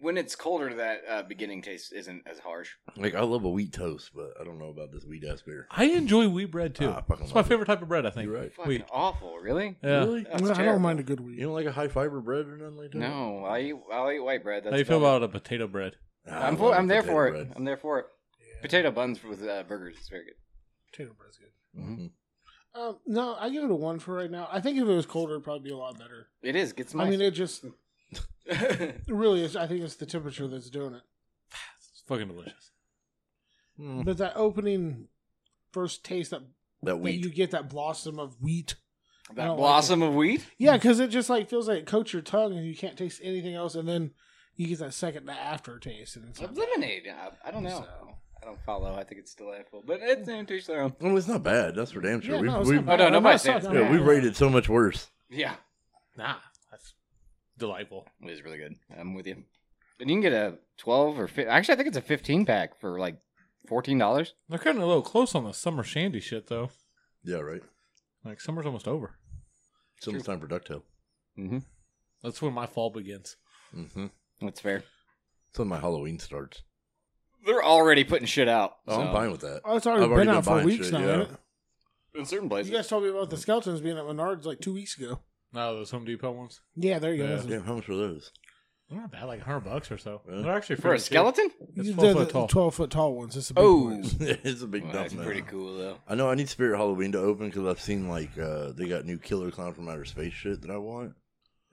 Speaker 2: When it's colder, that uh, beginning taste isn't as harsh.
Speaker 5: Like I love a wheat toast, but I don't know about this wheat ass beer.
Speaker 3: I enjoy wheat bread too.
Speaker 5: Ah, I fucking
Speaker 3: it's my
Speaker 5: love it.
Speaker 3: favorite type of bread, I think.
Speaker 5: You're right.
Speaker 2: Fucking
Speaker 3: Wheat.
Speaker 2: awful, really?
Speaker 3: Yeah.
Speaker 5: Really?
Speaker 2: That's
Speaker 4: I
Speaker 2: terrible.
Speaker 4: don't mind a good week.
Speaker 5: You don't like a high fiber bread or nothing like that?
Speaker 2: No, I eat, I'll eat white bread. That's
Speaker 3: How you feel
Speaker 2: about
Speaker 3: about a potato bread?
Speaker 5: Ah,
Speaker 2: it. I'm,
Speaker 5: I
Speaker 2: for,
Speaker 5: love
Speaker 2: I'm there
Speaker 5: potato
Speaker 2: for it.
Speaker 5: bread.
Speaker 2: I'm there for it. Potato buns with uh, burgers. It's very good.
Speaker 4: Potato bread's good.
Speaker 2: Mm-hmm.
Speaker 5: Mhm.
Speaker 4: Um, no, I give it a one for right now. I think if it was colder, it'd probably be a lot better.
Speaker 2: It is. Gets
Speaker 4: I
Speaker 2: my.
Speaker 4: mean, it just it really is. I think it's the temperature that's doing it.
Speaker 3: It's fucking delicious.
Speaker 5: Mm.
Speaker 4: But that opening first taste that,
Speaker 5: That
Speaker 4: that
Speaker 5: wheat.
Speaker 4: you get that blossom of wheat. I don't
Speaker 2: that
Speaker 4: like
Speaker 2: blossom of wheat.
Speaker 4: Yeah,
Speaker 5: Mm-hmm.
Speaker 4: because it just like feels like it coats your tongue and you can't taste anything else, and then you get that second that aftertaste and it's
Speaker 2: Of
Speaker 4: like,
Speaker 2: lemonade. I, I don't know.
Speaker 4: So-
Speaker 2: I don't follow. I think it's delightful, but it's eh, to each their own.
Speaker 5: Well, it's not bad. That's for damn sure.
Speaker 4: Yeah,
Speaker 5: we've
Speaker 4: no, it's
Speaker 5: we've,
Speaker 4: not bad.
Speaker 2: Oh, no,
Speaker 4: I'm not
Speaker 2: nobody's saying it's
Speaker 4: talking
Speaker 5: yeah,
Speaker 4: about
Speaker 5: we've
Speaker 4: that.
Speaker 5: rated so much worse.
Speaker 2: Yeah,
Speaker 3: Nah, that's delightful.
Speaker 2: it is really good. I'm with you. And you can get a 12 or 15, actually, I think it's a 15 pack for like fourteen dollars.
Speaker 3: They're cutting a little close on the summer shandy shit, though.
Speaker 5: Yeah, right.
Speaker 3: Like summer's almost over.
Speaker 5: So it's time for ducktail.
Speaker 2: Mm-hmm.
Speaker 3: That's when my fall begins.
Speaker 5: Mm-hmm.
Speaker 2: That's fair.
Speaker 5: That's when my Halloween starts.
Speaker 2: They're already putting shit out.
Speaker 5: Oh, I'm
Speaker 2: so-
Speaker 5: fine with that.
Speaker 4: Oh, it's already
Speaker 5: I've
Speaker 4: been
Speaker 5: already
Speaker 4: out
Speaker 5: been
Speaker 4: for
Speaker 5: buying
Speaker 4: weeks
Speaker 5: shit,
Speaker 4: now.
Speaker 5: yeah.
Speaker 4: ain't it?
Speaker 6: in certain
Speaker 4: You
Speaker 6: places.
Speaker 4: guys told me about the skeletons being at Menards like two weeks ago.
Speaker 3: No, those Home Depot ones.
Speaker 4: Yeah, there you
Speaker 3: Yeah.
Speaker 4: go. That's-
Speaker 5: Damn, how much were those?
Speaker 3: They're Not bad, like hundred bucks or so.
Speaker 5: Really?
Speaker 3: They're actually
Speaker 2: For a
Speaker 3: pretty cheap.
Speaker 2: skeleton?
Speaker 3: It's
Speaker 4: you-
Speaker 3: 12
Speaker 4: they're
Speaker 3: foot
Speaker 4: the
Speaker 3: tall.
Speaker 4: Twelve foot tall ones. It's a big
Speaker 2: Oh.
Speaker 4: ones.
Speaker 5: it's a big
Speaker 2: Well,
Speaker 5: dump.
Speaker 2: that's
Speaker 5: now.
Speaker 2: pretty cool, though.
Speaker 5: I know I need Spirit Halloween to open because I've seen like uh, they got new Killer Clown from Outer Space shit that I want,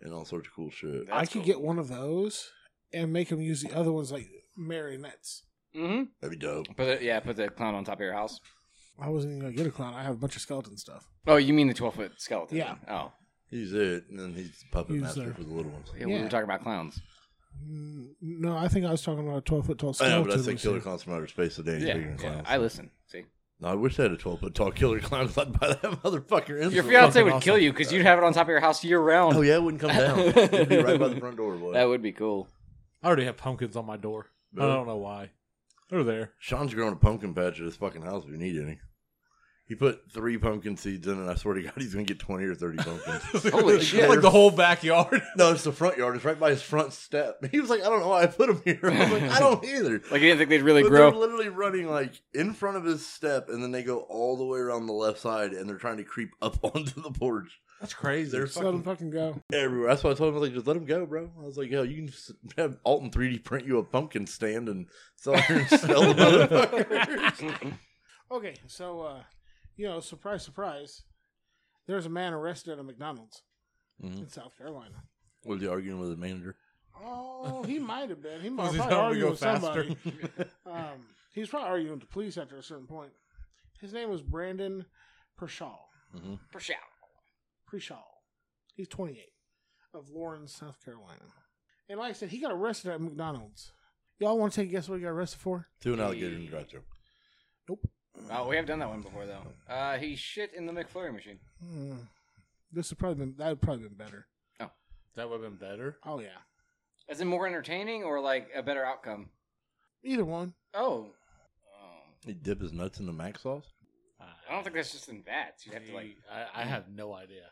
Speaker 5: and all sorts of cool shit.
Speaker 6: That's
Speaker 4: I could
Speaker 6: cool.
Speaker 4: get one of those and make them use the other ones like marionettes.
Speaker 2: Mm-hmm.
Speaker 5: That'd be dope.
Speaker 2: Put the, yeah, put the clown on top of your house.
Speaker 4: I wasn't even gonna get a clown. I have a bunch of skeleton stuff.
Speaker 2: Oh, you mean the twelve foot skeleton?
Speaker 4: Yeah.
Speaker 2: Oh,
Speaker 5: He's it, and then he's puppet
Speaker 4: He's,
Speaker 5: master
Speaker 4: uh,
Speaker 5: for the little ones.
Speaker 2: yeah, We
Speaker 4: Yeah.
Speaker 2: were talking about clowns.
Speaker 4: Mm, No, I think I was talking about a twelve foot tall
Speaker 5: I know,
Speaker 4: skeleton.
Speaker 5: but I said
Speaker 4: was here.
Speaker 5: Killer Clowns from Outer Space today.
Speaker 2: Yeah,
Speaker 5: bigger than
Speaker 2: yeah,
Speaker 5: clowns.
Speaker 2: I listen. See,
Speaker 5: No, I wish I had a 12 foot tall Killer Clown. 'cause I'd buy that motherfucker.
Speaker 2: your
Speaker 5: instantly.
Speaker 2: fiance would kill you because you'd have it on top of your house year round.
Speaker 5: Oh yeah, it wouldn't come down. It'd be right by the front door, boy.
Speaker 2: That would be cool.
Speaker 3: I already have pumpkins on my door.
Speaker 5: Really?
Speaker 3: I don't know why. They're there.
Speaker 5: Sean's growing a pumpkin patch at his fucking house if you need any. He put three pumpkin seeds in, and I swear to God, he's gonna get twenty or thirty pumpkins.
Speaker 2: Holy shit.
Speaker 3: Like the whole backyard.
Speaker 5: no, it's the front yard. It's right by his front step. He was like, "I don't know why I put them here." I was like, "I don't either."
Speaker 2: Like you didn't think they'd really
Speaker 5: But
Speaker 2: grow.
Speaker 5: they're literally running like in front of his step, and then they go all the way around the left side, and they're trying to creep up onto the porch.
Speaker 3: That's crazy.
Speaker 5: They're
Speaker 4: Just let them fucking go.
Speaker 5: everywhere. That's why I told him, I was like, just let him go, bro. I was like, hell, you can just have Alton 3D print you a pumpkin stand and sell your sell the motherfuckers.
Speaker 4: Okay, so uh, you know, surprise, surprise. There's a man arrested at a McDonald's
Speaker 5: Mhm.
Speaker 4: in South Carolina.
Speaker 5: Was he arguing with the manager?
Speaker 4: Oh, he might have been. He might
Speaker 3: Was
Speaker 4: have
Speaker 3: he
Speaker 4: probably
Speaker 3: telling me to
Speaker 4: argued
Speaker 3: go
Speaker 4: with somebody.
Speaker 3: faster?
Speaker 4: Um, he was probably arguing with the police after a certain point. His name was Brandon Pershaw.
Speaker 5: Mhm.
Speaker 2: Pershaw.
Speaker 4: Pershaw. He's 28 of Lawrence, South Carolina. And like I said, he got arrested at McDonald's. Y'all want to take a guess what he got arrested for?
Speaker 5: To an alligator in the drive-thru.
Speaker 2: Oh, we have done that one before though. Uh, he shit in the McFlurry machine.
Speaker 4: Hmm. This would probably been that would probably been better.
Speaker 3: That would have been better.
Speaker 4: Oh yeah,
Speaker 2: Is it more entertaining or like a better outcome?
Speaker 4: either one.
Speaker 2: Oh, oh.
Speaker 5: He dip his nuts in the mac sauce.
Speaker 2: I don't think that's just in vats. You have to like.
Speaker 3: I, I have no idea.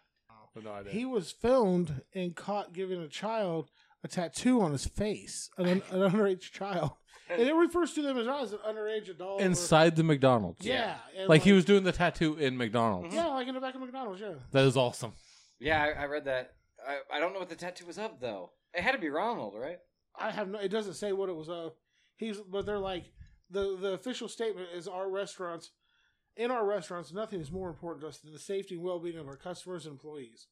Speaker 3: No idea.
Speaker 4: He was filmed and caught giving a child a tattoo on his face, an, an underage child, and it refers to them as, as an underage adult. or-
Speaker 3: Inside the McDonald's.
Speaker 4: yeah, and
Speaker 3: Like he was doing the tattoo in McDonald's.
Speaker 4: yeah, like in the back of McDonald's, yeah.
Speaker 2: Mm-hmm.
Speaker 3: That is awesome.
Speaker 2: Yeah, I, I read that. I, I don't know what the tattoo was of though. It had to be Ronald, right?
Speaker 4: I have no. It doesn't say what it was of. He's, but they're like the the official statement is our restaurants. In our restaurants, nothing is more important to us than the safety and well being of our customers and employees.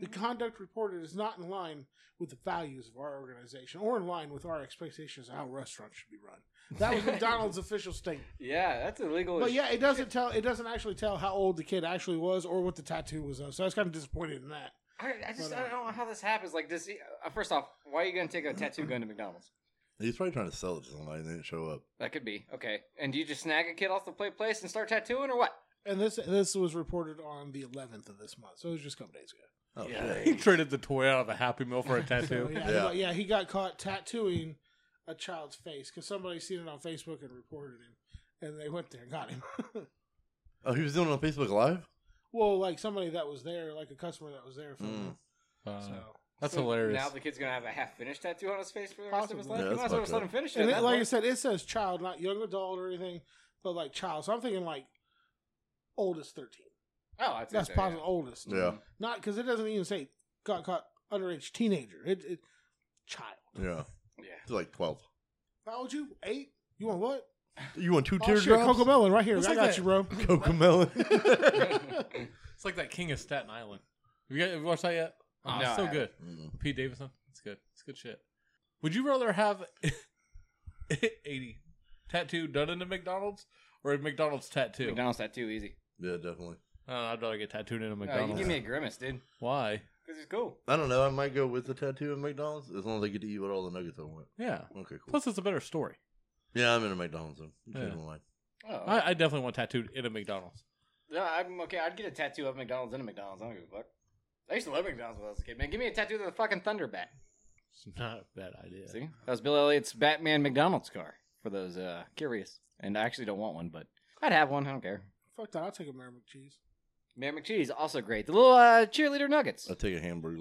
Speaker 4: The conduct reported is not in line with the values of our organization or in line with our expectations of how restaurants should be run. That was McDonald's official statement.
Speaker 2: Yeah, that's illegal.
Speaker 4: But
Speaker 2: as
Speaker 4: yeah, it doesn't tell. It doesn't actually tell how old the kid actually was or what the tattoo was of. So I was kind of disappointed in that.
Speaker 2: I, I just
Speaker 4: But,
Speaker 2: I
Speaker 4: uh,
Speaker 2: don't know how this happens. Like, does he? Uh, first off, why are you gonna take a tattoo gun to McDonald's?
Speaker 5: He's probably trying to sell it to somebody and they didn't show up.
Speaker 2: That could be okay. And do you just snag a kid off the play place and start tattooing, or what?
Speaker 4: And this this was reported on the 11th of this month, so it was just a couple days ago.
Speaker 5: Oh
Speaker 2: Yeah.
Speaker 5: shit.
Speaker 3: He traded the toy out of a Happy Meal for a
Speaker 4: So,
Speaker 3: tattoo.
Speaker 4: Oh, yeah,
Speaker 5: Yeah.
Speaker 4: He got, yeah, he got caught tattooing a child's face because somebody seen it on Facebook and reported him, and they went there and got him.
Speaker 5: Oh, he was doing it on Facebook Live?
Speaker 4: well, like somebody that was there, like a customer that was there. Filming,
Speaker 5: Mm.
Speaker 3: Uh,
Speaker 4: So,
Speaker 3: that's
Speaker 2: So
Speaker 3: hilarious.
Speaker 2: Now the kid's gonna have a half finished tattoo on his face for the rest of his
Speaker 4: Possibly.
Speaker 2: life.
Speaker 5: Yeah,
Speaker 2: you might
Speaker 5: that's
Speaker 2: as well just let him
Speaker 5: fucked
Speaker 2: finish it.
Speaker 4: and
Speaker 2: at
Speaker 4: it-
Speaker 2: that
Speaker 4: like I
Speaker 2: point.
Speaker 4: said, it says child, not young adult or anything, but like child. So I'm thinking like oldest thirteen.
Speaker 2: oh, I'd say
Speaker 4: That's
Speaker 2: so,
Speaker 4: possible.
Speaker 2: yeah.
Speaker 4: Oldest,
Speaker 5: Yeah.
Speaker 4: not because it doesn't even say got caught underage teenager. It, it child.
Speaker 5: Yeah.
Speaker 2: Yeah.
Speaker 5: It's like twelve.
Speaker 4: How old you? Eight. You want what?
Speaker 5: You want two
Speaker 4: Oh, shit,
Speaker 5: teardrops?
Speaker 4: Coco Melon right here.
Speaker 3: Looks
Speaker 4: I
Speaker 3: like
Speaker 4: got
Speaker 3: that-
Speaker 4: you, bro.
Speaker 5: Cocomelon.
Speaker 3: it's like that King of Staten Island. Have you, guys, have you watched that yet? Oh,
Speaker 2: No,
Speaker 3: it's
Speaker 2: I
Speaker 3: so
Speaker 2: haven't.
Speaker 3: good.
Speaker 5: Mm.
Speaker 3: Pete Davidson. It's good. It's good shit. Would you rather have eighty tattoo done in a McDonald's or a McDonald's tattoo?
Speaker 2: McDonald's tattoo easy.
Speaker 5: yeah, definitely.
Speaker 3: Uh, I'd rather get tattooed in a
Speaker 2: Uh,
Speaker 3: McDonald's.
Speaker 2: you give me a grimace, dude,
Speaker 3: Why?
Speaker 2: because he's cool.
Speaker 5: I don't know. I might go with the tattoo at McDonald's as long as I get to eat what all the nuggets I want.
Speaker 3: Yeah.
Speaker 5: Okay, cool.
Speaker 3: Plus, it's a better story.
Speaker 5: Yeah, I'm in a McDonald's. Though. You
Speaker 3: Yeah.
Speaker 5: can't lie.
Speaker 2: Oh,
Speaker 3: I, I definitely want tattooed in a McDonald's.
Speaker 2: no, I'm okay. I'd get a tattoo of McDonald's in a McDonald's. I don't give a fuck. I used to love McDonald's when I was a kid, man. Give me a tattoo of the fucking Thunderbat.
Speaker 3: It's not a bad idea.
Speaker 2: See, that was Bill Elliott's Batman McDonald's car. For those uh, curious, and I actually don't want one, but I'd have one. I don't care.
Speaker 4: Fuck that. I'll take a Mary McCheese.
Speaker 2: Mayor McCheese also great. The little uh, cheerleader nuggets.
Speaker 5: I'll take a hamburger.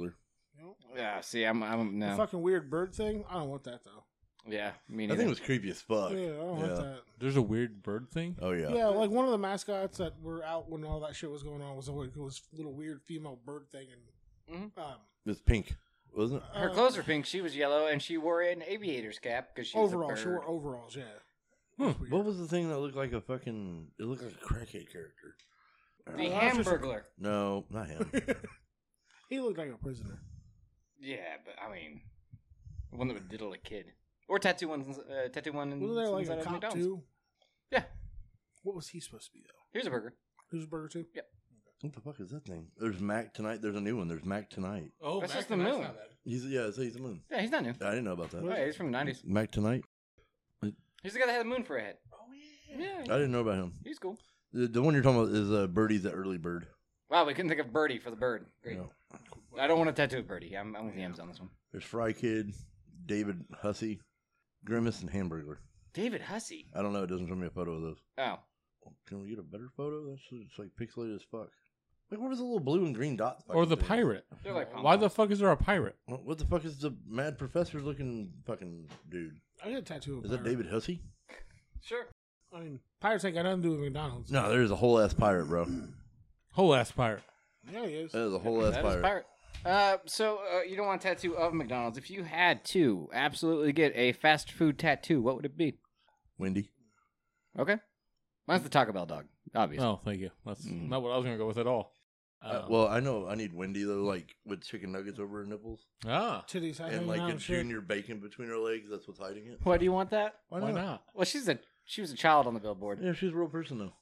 Speaker 4: You know?
Speaker 2: Yeah, see, I'm, I'm
Speaker 4: The
Speaker 2: no.
Speaker 4: fucking weird bird thing. I don't want that though.
Speaker 2: Yeah, me
Speaker 5: I
Speaker 2: neither.
Speaker 5: think it was creepy as fuck.
Speaker 4: Yeah, I don't
Speaker 5: Yeah.
Speaker 4: like that.
Speaker 3: There's a weird bird thing.
Speaker 5: Oh yeah.
Speaker 4: Yeah. like one of the mascots that were out when all that shit was going on was like this little weird female bird thing, and
Speaker 2: Mhm.
Speaker 4: um,
Speaker 5: It's pink, wasn't it?
Speaker 2: Her
Speaker 4: uh,
Speaker 2: clothes were pink. She was yellow, and she wore an aviator's cap because she was a
Speaker 4: overalls.
Speaker 2: bird.
Speaker 4: She wore overalls. Yeah.
Speaker 5: Hmm,
Speaker 3: Huh,
Speaker 4: Weird.
Speaker 5: What was the thing that looked like a fucking? It looked like a crackhead character.
Speaker 2: the
Speaker 4: Uh, that's just-
Speaker 2: Hamburglar.
Speaker 5: No, not him.
Speaker 4: he looked like a prisoner.
Speaker 2: Yeah, but I mean, the one that would diddle a kid or tattoo one, uh, tattoo one
Speaker 4: Wasn't there like
Speaker 2: inside
Speaker 4: a
Speaker 2: of
Speaker 4: cop
Speaker 2: McDonald's.
Speaker 4: too?
Speaker 2: Yeah.
Speaker 4: What was he supposed to be though?
Speaker 2: Here's a burger.
Speaker 4: Who's burger too?
Speaker 5: what the fuck is that thing? There's Mac tonight. There's a new one. There's Mac tonight.
Speaker 3: Oh,
Speaker 2: That's
Speaker 3: Mac
Speaker 2: just the
Speaker 3: and I
Speaker 2: moon.
Speaker 3: saw that.
Speaker 5: He's yeah. It's, he's the moon.
Speaker 2: Yeah, he's not new.
Speaker 5: I didn't know about that.
Speaker 2: Oh, yeah, he's from the '90s.
Speaker 5: Mac tonight.
Speaker 2: He's the guy that had the moon for a head.
Speaker 3: Oh yeah.
Speaker 2: Yeah,
Speaker 5: I didn't know about him.
Speaker 2: he's cool.
Speaker 5: The, the one you're talking about is uh, Birdie's the early bird.
Speaker 2: Wow, we couldn't think of Birdie for the bird. Great.
Speaker 5: No.
Speaker 2: I don't want to tattoo Birdie. I'm, I'm with the M's on this one.
Speaker 5: There's Fry Kid, David Hussey, Grimace, and Hamburglar.
Speaker 2: David Hussey.
Speaker 5: I don't know. It doesn't show me a photo of those.
Speaker 2: Oh,
Speaker 5: Can we get a better photo? That's it's like pixelated as fuck. Like where was the little blue and green dot?
Speaker 3: Or
Speaker 5: fucking
Speaker 3: the
Speaker 5: thing?
Speaker 3: pirate.
Speaker 2: they're like
Speaker 3: Why the
Speaker 2: pom-poms.
Speaker 3: fuck is there a pirate?
Speaker 5: What what the fuck is the mad professor looking fucking dude?
Speaker 4: I got a tattoo. Of
Speaker 5: Is that
Speaker 4: pirate.
Speaker 5: David Hussey?
Speaker 2: sure.
Speaker 4: I mean, pirates ain't got nothing to do with McDonald's.
Speaker 5: No, there's a whole ass pirate, bro.
Speaker 3: Whole ass pirate.
Speaker 4: Yeah, he is.
Speaker 5: There's a whole ass
Speaker 2: That is
Speaker 5: pirate.
Speaker 2: pirate. Uh, so uh, you don't want a tattoo of McDonald's. If you had to absolutely get a fast food tattoo, what would it be?
Speaker 5: Wendy.
Speaker 2: Okay, mine's the Taco Bell dog, obviously.
Speaker 3: Oh, thank you. That's
Speaker 5: Mm.
Speaker 3: not what I was gonna go with at all.
Speaker 5: Uh,
Speaker 3: Um,
Speaker 5: well, I know I need Wendy though, like with chicken nuggets over her nipples
Speaker 3: ah,
Speaker 4: Titties hanging
Speaker 5: and like
Speaker 4: out
Speaker 5: a
Speaker 4: and shit.
Speaker 5: junior bacon between her legs. That's what's hiding it.
Speaker 2: Why do you want that?
Speaker 3: why not?
Speaker 2: Well, she's a she was a child on the billboard,
Speaker 5: Yeah, she's a real person though.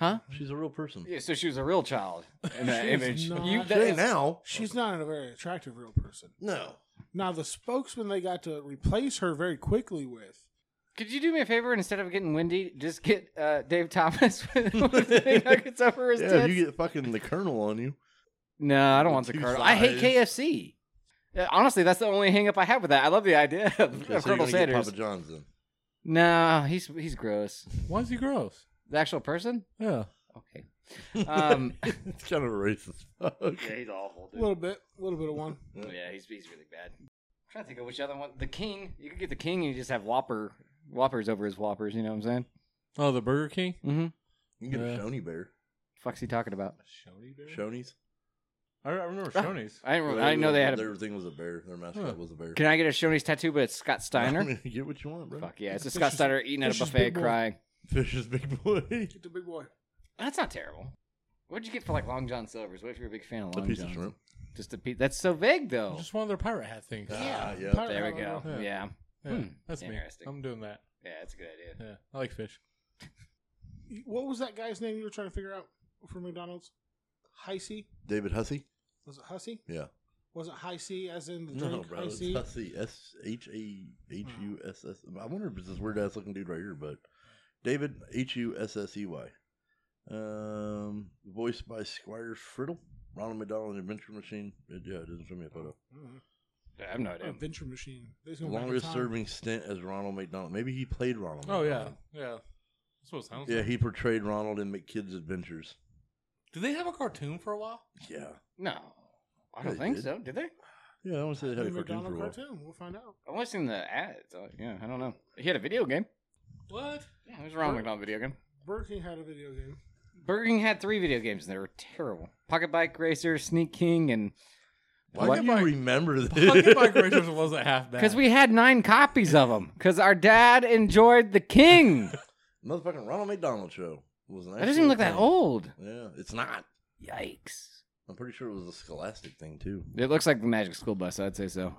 Speaker 2: huh?
Speaker 5: She's a real person.
Speaker 2: Yeah, so she was a real child in that image.
Speaker 4: not.
Speaker 2: You,
Speaker 5: She
Speaker 4: She
Speaker 2: that
Speaker 5: ain't
Speaker 2: is,
Speaker 5: now.
Speaker 4: She's not a very attractive real person.
Speaker 5: No.
Speaker 4: Now the spokesman they got to replace her very quickly with.
Speaker 2: could you do me a favor instead of getting Wendy, just get uh, Dave Thomas with, with the nuggets over his
Speaker 5: Yeah,
Speaker 2: tits?
Speaker 5: if you get fucking the colonel on you.
Speaker 2: No, I don't want the
Speaker 5: Two
Speaker 2: kernel. I hate KFC. Uh, Honestly, that's the only hang up I have with that. I love the idea of,
Speaker 5: Okay,
Speaker 2: of
Speaker 5: so you're
Speaker 2: Colonel
Speaker 5: gonna get Papa
Speaker 2: Sanders.
Speaker 5: John's then.
Speaker 2: No, he's he's gross.
Speaker 3: Why is he gross?
Speaker 2: The actual person?
Speaker 3: Yeah.
Speaker 2: Okay. Um,
Speaker 5: it's kind of racist. Fuck.
Speaker 2: he's awful,
Speaker 4: A little bit, a little bit of one.
Speaker 2: Yeah, he's he's really bad. I'm trying to think of which other one. The King. You could get the King and you just have Whopper Whoppers over his Whoppers. You know what I'm saying?
Speaker 3: Oh, the Burger King.
Speaker 2: Mm-hmm.
Speaker 5: You can get
Speaker 3: Yeah.
Speaker 5: a Shoney bear.
Speaker 2: Fuck's he talking about?
Speaker 3: Shoney
Speaker 5: Shoney's.
Speaker 3: I I remember Shoney's.
Speaker 2: I didn't. Remember, I didn't know they had a.
Speaker 5: Their thing was a bear. Their mascot
Speaker 3: Huh.
Speaker 5: was a bear.
Speaker 2: Can I get a Shoney's tattoo? But it's Scott
Speaker 5: I
Speaker 2: Steiner.
Speaker 5: mean, get what you want, bro.
Speaker 2: Fuck yeah! It's a
Speaker 4: It's
Speaker 2: Scott
Speaker 4: just-
Speaker 2: Steiner eating at a
Speaker 4: it's just
Speaker 2: buffet
Speaker 4: big boy.
Speaker 2: crying.
Speaker 5: Fish is big boy.
Speaker 4: Get the big boy.
Speaker 2: That's not terrible. What'd you get for like Long John Silver's? What if you're a big fan of
Speaker 5: a
Speaker 2: Long
Speaker 5: piece
Speaker 2: John's?
Speaker 5: of shrimp.
Speaker 2: Just a piece. That's so vague, though.
Speaker 3: Just one of their pirate hat things.
Speaker 5: Ah, yeah.
Speaker 4: Pirate
Speaker 2: There we
Speaker 4: hat,
Speaker 2: go.
Speaker 4: I
Speaker 2: Yeah,
Speaker 3: Yeah.
Speaker 2: yeah,
Speaker 3: Yeah,
Speaker 2: Hmm.
Speaker 3: that's me.
Speaker 2: Interesting.
Speaker 3: I'm doing that.
Speaker 2: that's a good idea.
Speaker 3: Yeah, I like fish.
Speaker 4: don't know. What was that guy's name you were trying to figure out for McDonald's? Heisey?
Speaker 5: David Hussey.
Speaker 4: Was it Hussey?
Speaker 5: Yeah.
Speaker 4: Was it Heisey as in the
Speaker 5: No,
Speaker 4: drink?
Speaker 5: bro. It's
Speaker 4: Heisey?
Speaker 5: Hussey. S H A H U S S. I wonder if it's this weird ass looking dude right here, but David H U S S E Y. Um, voiced by Squire Friddle, Ronald McDonald, Adventure Machine. It, yeah, it doesn't show me a photo.
Speaker 2: I have no idea.
Speaker 4: Adventure Machine. They just
Speaker 5: The
Speaker 4: go back in
Speaker 5: longest
Speaker 4: time.
Speaker 5: serving stint as Ronald McDonald. Maybe he played Ronald.
Speaker 3: Oh yeah,
Speaker 5: McDonald.
Speaker 3: yeah. That's what it sounds
Speaker 5: Um, yeah.
Speaker 3: like.
Speaker 5: He portrayed Ronald in McKid's Adventures.
Speaker 3: Did they have a cartoon for a while?
Speaker 5: Yeah,
Speaker 2: No, I don't
Speaker 5: They
Speaker 2: think
Speaker 5: did.
Speaker 2: so. Did they?
Speaker 5: yeah. I want to say they
Speaker 4: The
Speaker 5: had a cartoon
Speaker 4: McDonald
Speaker 5: for a while.
Speaker 4: cartoon. We'll find out.
Speaker 2: I've only seen the ads. Oh, yeah, I don't know. He had a video game.
Speaker 3: What?
Speaker 2: Yeah, it was wrong with that video game.
Speaker 4: Burger King had a video game.
Speaker 2: Burger King had three video games, and they were terrible. Pocket Bike Racer, Sneak King, and
Speaker 5: Why
Speaker 2: What?
Speaker 5: do you remember
Speaker 3: Pocket Mike
Speaker 5: this?
Speaker 3: Rangers wasn't half bad.
Speaker 2: because we had nine copies of them, because our dad enjoyed the King.
Speaker 5: Motherfucking Ronald McDonald show was an.
Speaker 2: That doesn't even look
Speaker 5: actual
Speaker 2: that
Speaker 5: thing.
Speaker 2: old.
Speaker 5: Yeah, it's not.
Speaker 2: Yikes!
Speaker 5: I'm pretty sure it was a Scholastic thing too.
Speaker 2: It looks like the Magic School Bus. I'd say so.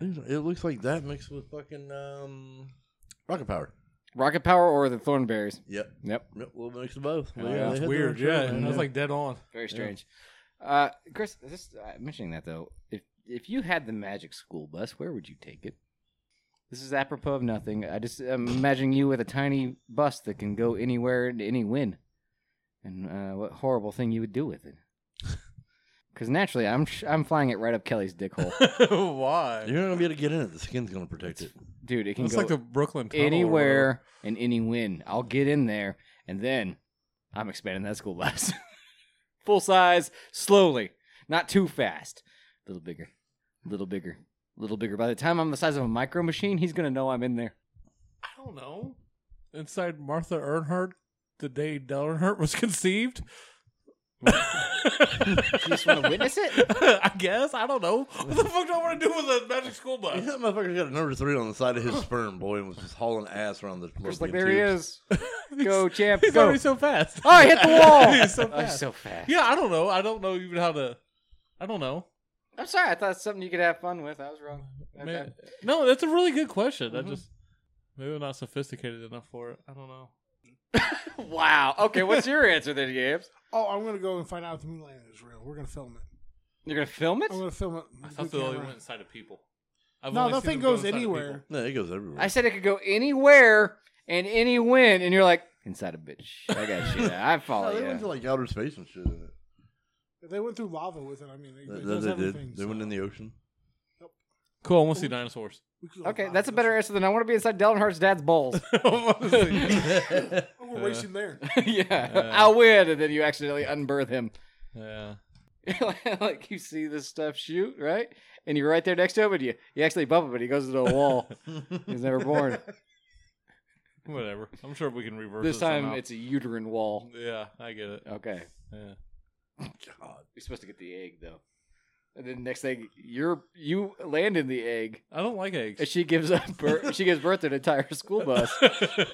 Speaker 5: It looks like that mixed with fucking um, Rocket Power.
Speaker 2: Rocket Power or the Thornberries.
Speaker 5: Yep,
Speaker 2: Yep.
Speaker 5: yep, a little mix of both.
Speaker 2: Oh, yeah,
Speaker 5: they
Speaker 3: That's
Speaker 5: had
Speaker 3: weird.
Speaker 5: their own
Speaker 3: Yeah,
Speaker 5: show, man.
Speaker 3: I was like dead on.
Speaker 2: Very
Speaker 5: Yeah.
Speaker 2: strange. Uh, Chris, this uh, mentioning that though, if if you had the magic school bus, where would you take it? This is apropos of nothing. I just am imagining you with a tiny bus that can go anywhere and any win, and uh, what horrible thing you would do with it. Because naturally, I'm sh- I'm flying it right up Kelly's dick hole,
Speaker 3: Why?
Speaker 5: you're not gonna be able to get in it. The skin's gonna protect it.
Speaker 2: dude. It can
Speaker 3: It's
Speaker 2: go
Speaker 3: like the Brooklyn Tunnel or
Speaker 2: anywhere and any win. I'll get in there, and then I'm expanding that school bus. Full size, slowly, not too fast. A little bigger, a little bigger, A little bigger. By the time I'm the size of a micro machine, he's gonna know I'm in there.
Speaker 4: I don't know.
Speaker 3: Inside Martha Earnhardt, the day Dell Earnhardt was conceived.
Speaker 2: just wanna witness it?
Speaker 3: I guess. I don't know. What the fuck do I want to do with a magic school bus?
Speaker 5: That motherfucker's got a number three on the side of his sperm, boy, and was just hauling ass around the
Speaker 2: Just
Speaker 5: fallopian
Speaker 2: like there he
Speaker 5: tubes.
Speaker 2: is. Go champ.
Speaker 3: He's
Speaker 2: go.
Speaker 3: already so fast.
Speaker 2: Oh, I hit the wall.
Speaker 3: He's so
Speaker 2: Oh, he's
Speaker 3: fast.
Speaker 2: so fast.
Speaker 3: Yeah, I don't know. I don't know even how to. I don't know.
Speaker 2: I'm sorry. I thought it's something you could have fun with. I was wrong.
Speaker 3: Man- No, that's a really good question.
Speaker 2: Mhm.
Speaker 4: Mm-hmm.
Speaker 3: I just maybe I'm not sophisticated enough for it. I don't know.
Speaker 2: wow. Okay. What's your answer then, James?
Speaker 4: Oh, I'm gonna go and find out if the moon landing is real. We're gonna film it.
Speaker 2: You're gonna film it?
Speaker 4: I'm gonna film it.
Speaker 3: I
Speaker 4: with
Speaker 3: thought
Speaker 4: the
Speaker 3: they only
Speaker 4: camera.
Speaker 3: went inside of people. I've
Speaker 4: No,
Speaker 3: only
Speaker 4: that
Speaker 3: seen
Speaker 4: thing
Speaker 3: them go
Speaker 4: goes
Speaker 3: inside of
Speaker 4: anywhere.
Speaker 5: No, it goes everywhere.
Speaker 2: I said it could go anywhere and any when, and you're like inside a bitch. I got you. I
Speaker 5: no,
Speaker 2: follow
Speaker 5: Oh, they went to
Speaker 2: you.
Speaker 5: like outer space and shit. In it.
Speaker 4: If They went through lava with it. I mean, it,
Speaker 5: That-
Speaker 4: it
Speaker 5: that
Speaker 4: does
Speaker 5: Uh, they
Speaker 4: everything.
Speaker 5: did. They went in the ocean.
Speaker 3: Cool. I want to see dinosaurs.
Speaker 2: Okay, that's a better answer than I want to be inside Dylan Hart's dad's balls.
Speaker 3: I wanna see-
Speaker 4: Oh, we're racing there.
Speaker 2: yeah,
Speaker 3: Uh.
Speaker 2: I'll win, and then you accidentally unbirth him.
Speaker 3: yeah.
Speaker 2: like you see this stuff shoot right, and you're right there next to him, and you you actually bump him, but he goes into a wall. He's never born.
Speaker 3: Whatever. I'm sure we can reverse
Speaker 2: this time
Speaker 3: somehow.
Speaker 2: it's a uterine wall.
Speaker 3: yeah. I get it.
Speaker 2: Okay,
Speaker 3: Yeah.
Speaker 5: God.
Speaker 2: you're supposed to get the egg though, and then next thing you're you land in the egg,
Speaker 3: I don't like eggs.
Speaker 2: and she gives up birth, she gives birth to an entire school bus.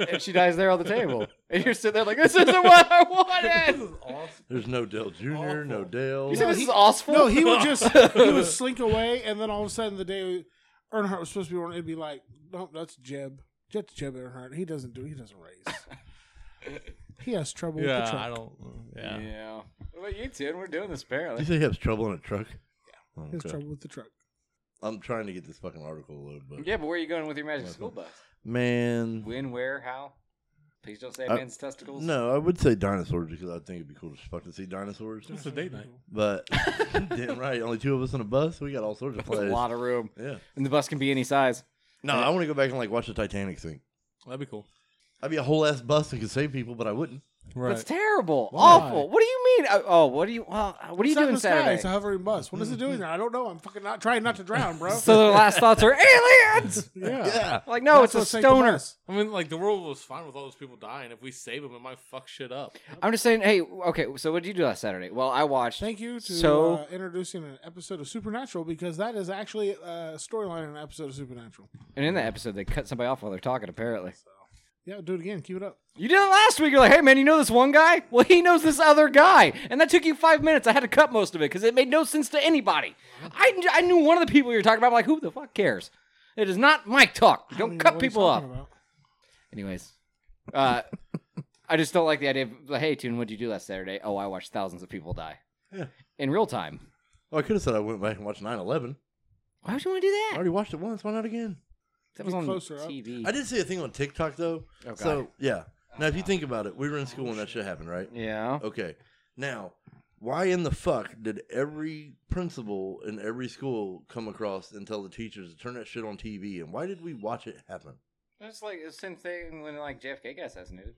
Speaker 2: and she dies there on the table. And you're sitting there like, this isn't what I
Speaker 3: this
Speaker 2: wanted.
Speaker 3: is awesome.
Speaker 5: There's no Dell Jr., no
Speaker 3: Awful.
Speaker 5: Dale.
Speaker 2: You said
Speaker 4: No,
Speaker 2: this
Speaker 4: he-
Speaker 2: is awful.
Speaker 4: No, he would just he would slink away, and then all of a sudden, the day Earnhardt was supposed to be born, it'd be like, no, that's Jeb. That's Jeb Earnhardt. He doesn't do. He doesn't race. he has trouble with the
Speaker 3: Yeah.
Speaker 4: truck.
Speaker 3: I don't. mm, Yeah.
Speaker 2: What about you, Tim? We're doing this
Speaker 5: Did you
Speaker 2: apparently.
Speaker 5: say he has trouble in a truck? Yeah.
Speaker 4: He has trouble with the truck.
Speaker 5: I'm trying to get this fucking article to load, but
Speaker 2: Yeah, but where are you going with your magic school bus?
Speaker 5: man,
Speaker 2: When, where, how? Please don't say
Speaker 5: Uh,
Speaker 2: man's testicles.
Speaker 5: no, I would say dinosaurs because I think it'd be cool to fucking see dinosaurs.
Speaker 3: It's a date night.
Speaker 5: But damn right, only two of us on a bus. We got all sorts of
Speaker 2: That's a
Speaker 5: plays.
Speaker 2: lot of room.
Speaker 5: Yeah.
Speaker 2: And the bus can be any size.
Speaker 5: No, I want to go back and like watch the Titanic thing.
Speaker 3: That'd be cool.
Speaker 5: I'd be a whole ass bus and could save people, but I wouldn't.
Speaker 3: Right.
Speaker 2: That's terrible.
Speaker 3: Why?
Speaker 2: Awful. What do you mean? Uh, Oh, what do you well, uh, what are you
Speaker 4: It's not in
Speaker 2: doing
Speaker 4: the sky,
Speaker 2: Saturday?
Speaker 4: It's a hovering bus. What is it
Speaker 3: Mm-hmm.
Speaker 4: doing there? I don't know. I'm fucking not trying not to drown, bro.
Speaker 2: So their last thoughts are aliens.
Speaker 4: yeah.
Speaker 5: Yeah.
Speaker 2: Like, no,
Speaker 4: That's
Speaker 2: Oh, it's a
Speaker 4: what saved the
Speaker 2: stoner.
Speaker 4: bus.
Speaker 3: I mean, like the world was fine with all those people dying. If we save them, it might fuck shit up.
Speaker 2: I'm just saying, hey, okay, so what did you do last Saturday? Well, I watched
Speaker 4: Thank you to
Speaker 2: So-
Speaker 4: uh, introducing an episode of Supernatural because that is actually a storyline in an episode of Supernatural.
Speaker 2: And in that episode, they cut somebody off while they're talking, apparently.
Speaker 4: Yeah, do it again. Keep it up.
Speaker 2: You did it last week. You're like, hey, man, you know this one guy? Well, he knows this other guy. And that took you five minutes. I had to cut most of it because it made no sense to anybody. I, kn- I knew one of the people you were talking about. I'm like, who the fuck cares? It is not Mike talk.
Speaker 4: I
Speaker 2: Don't
Speaker 4: even know
Speaker 2: cut
Speaker 4: what he's
Speaker 2: people up.
Speaker 4: talking about.
Speaker 2: Anyways, uh, I just don't like the idea of, hey, Tune, what'd you do last Saturday? Oh, I watched thousands of people die
Speaker 5: Yeah.
Speaker 2: in real time.
Speaker 5: Well, I could have said I went back and watched 9 11.
Speaker 2: Why would you want to do
Speaker 5: I
Speaker 2: that?
Speaker 5: already watched it once. Why not again?
Speaker 2: That was
Speaker 4: Get
Speaker 2: on
Speaker 4: closer up.
Speaker 2: TV.
Speaker 5: I did see a thing on TikTok, though.
Speaker 2: Oh, God.
Speaker 5: So, yeah. Now, if you think about it, we were in school when that shit happened, right?
Speaker 2: yeah.
Speaker 5: Okay. Now, why in the fuck did every principal in every school come across and tell the teachers to turn that shit on TV? And why did we watch it happen?
Speaker 2: That's like the same thing when like JFK got assassinated.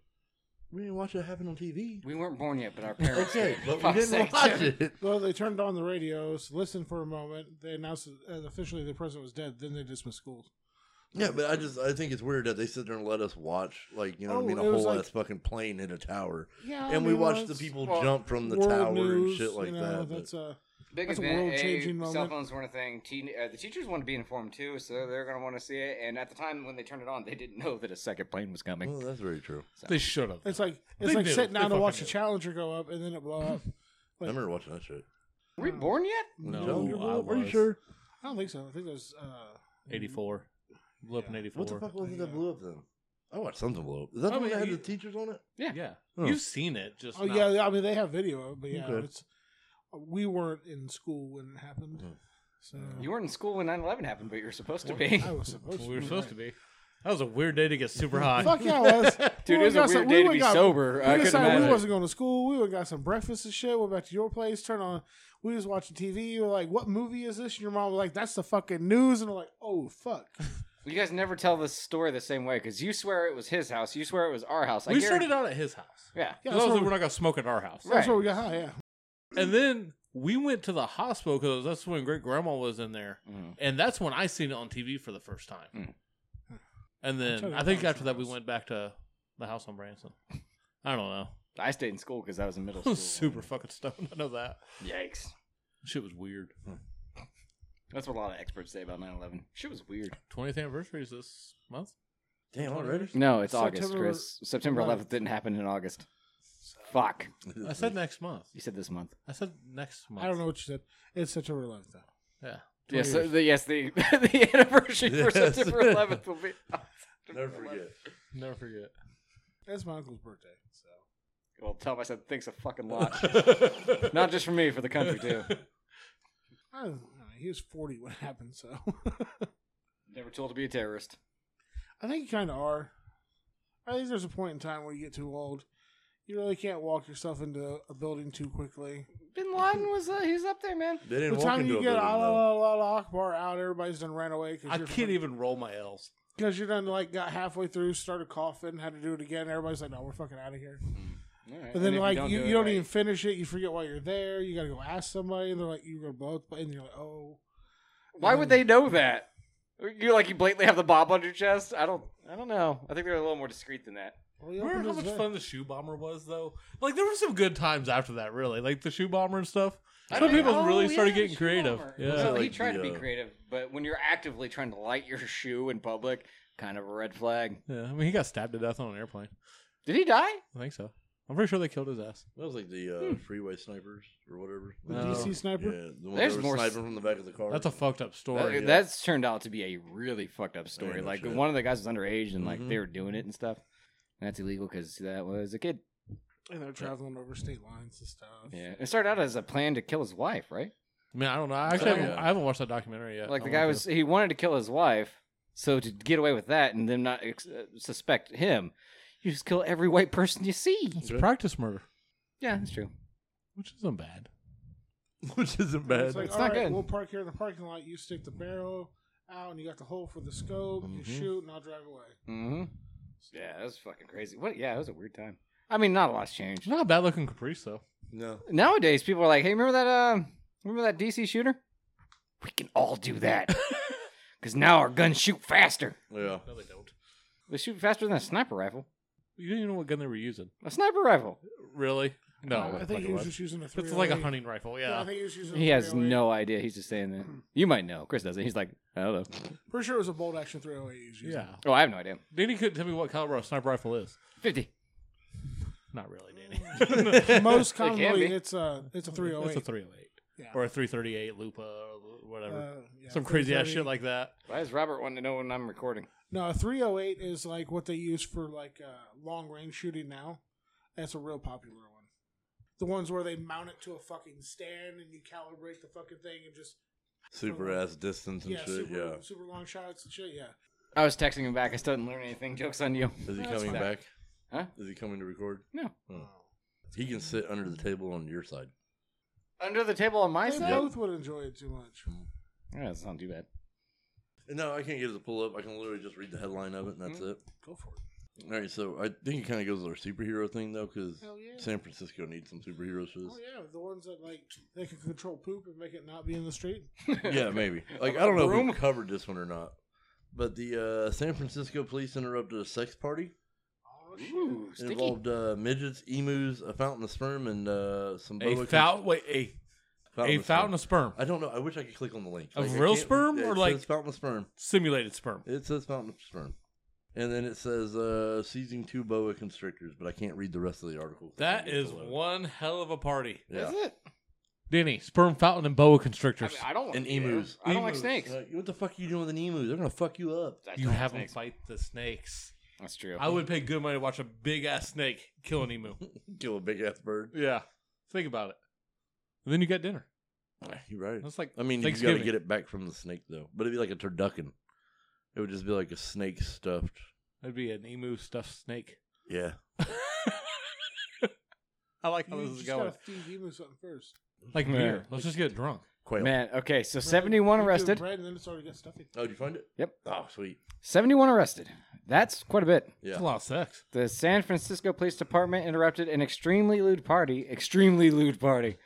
Speaker 5: We didn't watch it happen on TV.
Speaker 2: We weren't born yet, but our parents.
Speaker 5: Okay,
Speaker 2: did.
Speaker 5: but we
Speaker 2: Fuck's
Speaker 5: didn't
Speaker 2: sake,
Speaker 5: watch
Speaker 2: Tim.
Speaker 5: it.
Speaker 4: Well, they turned on the radios, listened for a moment. They announced that uh, officially the president was dead. Then they dismissed schools.
Speaker 5: Yeah, but I just I think it's weird that they sit there and let us watch like you know what I
Speaker 4: Oh,
Speaker 5: mean a
Speaker 4: it was
Speaker 5: whole
Speaker 4: like-
Speaker 5: ass fucking plane hit a tower,
Speaker 4: Yeah,
Speaker 5: and we watched the people
Speaker 2: well,
Speaker 5: jump from the tower and shit like that. but-
Speaker 4: That's uh,
Speaker 2: Big
Speaker 4: That's a
Speaker 2: event.
Speaker 4: world-changing
Speaker 2: A, cell
Speaker 4: moment.
Speaker 2: phones weren't a thing. Teen, uh, the teachers want to be informed too, so they're going to want to see it. And at the time when they turned it on, they didn't know that a second plane was coming.
Speaker 5: well, Oh, that's very true.
Speaker 3: They should have.
Speaker 4: it's like it's
Speaker 3: They
Speaker 4: like
Speaker 3: do.
Speaker 4: sitting
Speaker 3: They
Speaker 4: down to
Speaker 3: fucking
Speaker 4: watch
Speaker 3: do.
Speaker 4: the Challenger go up and then it blow up.
Speaker 5: I remember watching that shit.
Speaker 2: Were we born yet?
Speaker 3: No,
Speaker 5: You're-
Speaker 3: I
Speaker 5: are you
Speaker 3: was.
Speaker 5: sure?
Speaker 4: I don't think so. I think it was. Uh,
Speaker 3: 84. Blew up in 84.
Speaker 5: What the fuck was it that blew up then? I watched something blow up. Is that
Speaker 3: I
Speaker 5: the one
Speaker 3: mean,
Speaker 5: that had
Speaker 3: you-
Speaker 5: the teachers on it?
Speaker 2: Yeah.
Speaker 3: Yeah.
Speaker 5: Huh.
Speaker 3: You've seen it. Just
Speaker 4: oh
Speaker 3: not-
Speaker 4: yeah, I mean they have video of it, but yeah,
Speaker 5: Okay.
Speaker 4: it's we weren't in school when it happened,
Speaker 3: Hmm.
Speaker 5: Mhm.
Speaker 4: so
Speaker 2: You weren't in school when 9-11 happened, but you were supposed to be.
Speaker 4: I was supposed.
Speaker 3: We were
Speaker 4: to
Speaker 3: supposed to be. That was a weird day to get super high.
Speaker 4: Fuck yeah, it was.
Speaker 2: Dude, it
Speaker 4: We
Speaker 2: was a
Speaker 4: got some-
Speaker 2: weird
Speaker 4: we
Speaker 2: day to
Speaker 4: went
Speaker 2: be
Speaker 4: got-
Speaker 2: sober. I
Speaker 4: we
Speaker 2: couldn't
Speaker 4: decided
Speaker 2: imagine.
Speaker 4: we wasn't going to school. We went got some breakfast and shit. Went back to your place. Turned on. We was watching TV. We were like, "What movie is this?" And your mom was like, "That's the fucking news." And we're like, "Oh fuck."
Speaker 2: You guys never tell this story the same way because you swear it was his house. You swear it was our house. I
Speaker 3: we
Speaker 2: guarantee-
Speaker 3: started out at his house.
Speaker 2: Yeah.
Speaker 3: Those
Speaker 4: Yeah, that's
Speaker 3: that
Speaker 4: where,
Speaker 3: we're
Speaker 4: we,
Speaker 3: not going to smoke at our house.
Speaker 2: Right.
Speaker 4: that's where we got high. Yeah,
Speaker 3: And then We went to the hospital because that's when great grandma was in there,
Speaker 2: Mhm.
Speaker 3: and that's when I seen it on TV for the first time.
Speaker 2: Mm.
Speaker 3: And
Speaker 4: totally
Speaker 3: then I think
Speaker 4: lost
Speaker 3: after that we
Speaker 4: those.
Speaker 3: went back to the house on Branson. I don't know.
Speaker 2: I stayed in school because I was in middle
Speaker 3: I
Speaker 2: school.
Speaker 3: was super fucking stoned. I know that
Speaker 2: Yikes.
Speaker 3: shit was weird.
Speaker 2: That's what a lot of experts say about 9 11. Shit was weird.
Speaker 3: 20th anniversary is this month.
Speaker 5: Damn, already?
Speaker 2: No, it's August,
Speaker 4: September-
Speaker 2: Chris. September 11th didn't happen in August. Fuck.
Speaker 3: I said next month.
Speaker 2: You said this month.
Speaker 3: I said next month.
Speaker 4: I don't know what you said. It's September 11th. Though.
Speaker 3: Yeah.
Speaker 2: Yes, uh, the, yes, the, the anniversary for
Speaker 5: Yes.
Speaker 2: September 11th will be.
Speaker 5: Never forget.
Speaker 3: Never forget.
Speaker 4: That's my uncle's birthday. So
Speaker 2: Well, Tom, I said thanks a fucking lot. Not just for me, for the country too.
Speaker 4: I don't know, he was 40 when it happened. So
Speaker 2: Never told to be a terrorist.
Speaker 4: I think you kind of are. I think there's a point in time where you get too old. You really can't walk yourself into a building too quickly.
Speaker 2: Bin Laden was uh, he's up there, man.
Speaker 5: They didn't
Speaker 4: the
Speaker 5: walk
Speaker 4: time
Speaker 5: into
Speaker 4: you
Speaker 5: a
Speaker 4: get
Speaker 5: building, though.
Speaker 4: Allah Akbar out, everybody's done ran away. Cause
Speaker 3: I
Speaker 4: you're
Speaker 3: can't even roll my L's.
Speaker 4: because you're done. Like got halfway through, started coughing, had to do it again. Everybody's like, "No, we're fucking out of here."
Speaker 2: All right.
Speaker 4: And then
Speaker 2: if
Speaker 4: like you, you don't
Speaker 2: right-
Speaker 4: even finish it. You forget why you're there. You got to go ask somebody. And they're like, "You're gonna blow it," and you're like, "Oh,
Speaker 2: Why would they know that? You like you blatantly have the bob on your chest. I don't. I don't know. I think they're a little more discreet than that.
Speaker 4: well, you
Speaker 3: Remember
Speaker 4: opened
Speaker 3: how
Speaker 4: his
Speaker 3: much
Speaker 4: ve-
Speaker 3: fun the shoe bomber was, though. Like there were some good times after that, really. Like the shoe bomber and stuff. Some
Speaker 2: mean,
Speaker 3: people
Speaker 2: oh,
Speaker 3: really
Speaker 2: yeah,
Speaker 3: started getting
Speaker 2: shoe
Speaker 3: creative.
Speaker 2: bomber.
Speaker 3: Yeah.
Speaker 2: So he
Speaker 5: Like
Speaker 2: tried
Speaker 5: the,
Speaker 2: to be
Speaker 5: uh,
Speaker 2: creative, but when you're actively trying to light your shoe in public, kind of a red flag.
Speaker 3: yeah. I mean, he got stabbed to death on an airplane.
Speaker 2: Did he die?
Speaker 3: I think so. I'm pretty sure they killed his ass.
Speaker 5: That was like the uh, freeway snipers or whatever.
Speaker 4: The
Speaker 3: No.
Speaker 4: DC
Speaker 5: Yeah,
Speaker 4: Hmm. sniper.
Speaker 5: the one
Speaker 2: There's
Speaker 5: that
Speaker 2: more
Speaker 5: was
Speaker 2: s-
Speaker 5: sniping from the back of the car.
Speaker 3: That's a fucked up
Speaker 2: That-
Speaker 3: story.
Speaker 5: yeah.
Speaker 2: That's turned out to be a really fucked up story.
Speaker 5: no
Speaker 2: like
Speaker 5: shit.
Speaker 2: one of the guys was underage and like
Speaker 5: Mhm.
Speaker 2: they were doing it and stuff. And that's illegal because that was a kid.
Speaker 4: And they're traveling over state lines and stuff.
Speaker 2: Yeah, it started out as a plan to kill his wife, right?
Speaker 3: I mean, I don't know. I actually,
Speaker 5: Oh,
Speaker 3: haven't,
Speaker 5: yeah.
Speaker 3: I haven't watched that documentary yet.
Speaker 2: like
Speaker 3: I
Speaker 2: the
Speaker 3: want
Speaker 2: guy
Speaker 3: to.
Speaker 2: was he wanted to kill his wife, so to get away with that and then not ex- uh, suspect him, you just kill every white person you see.
Speaker 3: It's practice murder,
Speaker 2: Yeah, that's true.
Speaker 3: which isn't bad.
Speaker 5: which isn't
Speaker 4: It's
Speaker 5: bad.
Speaker 4: like,
Speaker 2: It's
Speaker 4: all
Speaker 2: not
Speaker 4: right,
Speaker 2: good.
Speaker 4: We'll park here in the parking lot. You stick the barrel out, and you got the hole for the scope. You
Speaker 5: Mhm.
Speaker 4: shoot, and I'll drive away.
Speaker 2: Mm-hmm. Yeah, that was fucking crazy. What? Yeah, it was a weird time. I mean, not a lot's
Speaker 3: It's
Speaker 2: changed.
Speaker 3: not a bad looking Caprice though.
Speaker 5: no,
Speaker 2: Nowadays, people are like, "Hey, remember that? Uh, remember that DC shooter? We can all do that because now our guns shoot faster.
Speaker 5: yeah,
Speaker 3: No, they don't.
Speaker 2: They shoot faster than a sniper rifle.
Speaker 3: You didn't even know what gun they were using.
Speaker 2: A sniper rifle.
Speaker 3: Really? No.
Speaker 4: I
Speaker 3: what the
Speaker 4: think
Speaker 3: fuck
Speaker 4: he
Speaker 3: it
Speaker 4: was just using a three.
Speaker 3: It's like a hunting rifle.
Speaker 4: Yeah, I
Speaker 3: Yeah.
Speaker 4: think he was using. a
Speaker 2: He has
Speaker 4: 308.
Speaker 2: no idea. He's just saying that. You might know. Chris doesn't. He's like, I don't know.
Speaker 4: Pretty sure it was a bolt action 308. He was using.
Speaker 3: Yeah.
Speaker 2: Oh, I have no idea.
Speaker 3: Danny couldn't tell me what caliber a sniper rifle is.
Speaker 2: Fifty.
Speaker 3: Not really, Danny.
Speaker 4: Most
Speaker 2: can
Speaker 4: commonly,
Speaker 2: be.
Speaker 4: it's a oh it's a
Speaker 3: It's
Speaker 4: 308.
Speaker 3: a 308
Speaker 4: Yeah.
Speaker 3: or a 338 Lupa or whatever.
Speaker 4: Uh, yeah,
Speaker 3: Some crazy ass
Speaker 4: 330.
Speaker 3: shit like that.
Speaker 2: Why does Robert want to know when I'm recording?
Speaker 4: No, a 308 is like what they use for like uh, long range shooting now. That's a real popular one. The ones where they mount it to a fucking stand and you calibrate the fucking thing and just
Speaker 5: super ass distance and
Speaker 4: yeah,
Speaker 5: shit.
Speaker 4: super,
Speaker 5: yeah,
Speaker 4: super long shots and shit. Yeah,
Speaker 2: I was texting him back. I still didn't learn anything. Jokes on you.
Speaker 5: is he
Speaker 4: That's
Speaker 5: coming
Speaker 4: fine.
Speaker 5: back?
Speaker 2: Huh?
Speaker 5: Is he coming to record?
Speaker 2: No.
Speaker 5: Oh. He can sit under the table on your side.
Speaker 2: Under the table on my
Speaker 4: they
Speaker 2: side.
Speaker 4: both would enjoy it too much.
Speaker 2: Yeah, that's not too bad.
Speaker 5: And No, I can't get it to pull up. I can literally just read the headline of it, and that's
Speaker 4: Hmm?
Speaker 5: it.
Speaker 4: Go for it.
Speaker 5: All right, so I think it kind of goes with our superhero thing though, because
Speaker 4: Hell yeah.
Speaker 5: San Francisco needs some superheroes for
Speaker 4: Oh
Speaker 5: this.
Speaker 4: yeah, the ones that like they can control poop and make it not be in the street.
Speaker 5: yeah, maybe. Like I don't know if we covered this one or not, but the uh, San Francisco police interrupted a sex party.
Speaker 4: Oh shit!
Speaker 2: Ooh,
Speaker 5: It
Speaker 2: sticky.
Speaker 5: involved uh, midgets, emus, a fountain of sperm, and uh, some
Speaker 3: A
Speaker 5: boa
Speaker 3: fountain, wait, a a fountain of sperm,
Speaker 5: I don't know. I wish I could click on the link.
Speaker 3: Of
Speaker 5: I
Speaker 3: real
Speaker 5: can't-
Speaker 3: sperm
Speaker 5: it
Speaker 3: or
Speaker 5: says
Speaker 3: like-
Speaker 5: fountain of sperm?
Speaker 3: simulated sperm.
Speaker 5: It says fountain of sperm, and then it says uh, seizing two boa constrictors, but I can't read the rest of the article.
Speaker 3: That
Speaker 5: It's
Speaker 3: is
Speaker 5: a lot.
Speaker 3: one hell of a party.
Speaker 5: Yeah.
Speaker 2: Is it?
Speaker 3: Danny, sperm fountain and boa
Speaker 2: I,
Speaker 3: constrictors.
Speaker 2: mean, I don't want
Speaker 5: And
Speaker 2: to be there.
Speaker 5: emus.
Speaker 2: I don't like
Speaker 5: Emus.
Speaker 2: snakes.
Speaker 5: Like, what the fuck are you doing with an emu? They're gonna fuck you up.
Speaker 2: I don't
Speaker 3: you
Speaker 2: like
Speaker 3: have them
Speaker 2: snakes.
Speaker 3: fight the snakes.
Speaker 2: That's true.
Speaker 3: I would pay good money to watch a big ass snake kill an emu.
Speaker 5: Kill a big ass bird.
Speaker 3: yeah, think about it. And then you got dinner.
Speaker 5: You're right.
Speaker 3: That's like
Speaker 5: I mean, you gotta
Speaker 3: Thanksgiving.
Speaker 5: get it back from the snake though. But it'd be like a turducken. It would just be like a snake stuffed.
Speaker 3: That'd be an emu stuffed snake.
Speaker 5: Yeah.
Speaker 3: I like how
Speaker 4: You
Speaker 3: this is
Speaker 4: just
Speaker 3: going.
Speaker 4: gotta feed Emu something first.
Speaker 3: Like
Speaker 2: Yeah.
Speaker 3: beer. Let's just get drunk.
Speaker 5: Quail.
Speaker 2: Man, okay, so
Speaker 4: Bread-
Speaker 2: 71
Speaker 4: you do
Speaker 2: arrested.
Speaker 4: Bread and then it's already got stuffing.
Speaker 5: Oh, did you find it?
Speaker 2: Yep.
Speaker 5: Oh, sweet.
Speaker 2: 71 arrested. That's quite a bit.
Speaker 5: Yeah.
Speaker 3: It's a lot of sex.
Speaker 2: The San Francisco Police Department interrupted an extremely lewd party, extremely lewd party,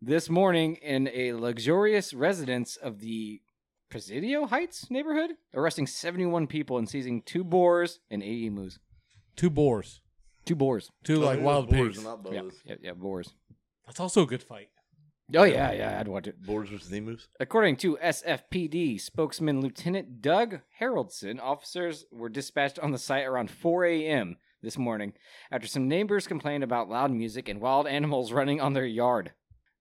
Speaker 2: this morning in a luxurious residence of the Presidio Heights neighborhood, arresting 71 people and seizing two boars and 80 emus.
Speaker 3: Two boars.
Speaker 2: Two boars.
Speaker 3: Two
Speaker 5: Oh,
Speaker 3: like wild pigs.
Speaker 5: Not boas.
Speaker 2: Yeah, yeah, yeah, boars.
Speaker 3: That's also a good fight.
Speaker 2: Oh, yeah, yeah, I'd watch it.
Speaker 5: Boars versus emus.
Speaker 2: According to SFPD spokesman Lieutenant Doug Haroldson, officers were dispatched on the site around 4 a.m. this morning after some neighbors complained about loud music and wild animals running on their yard.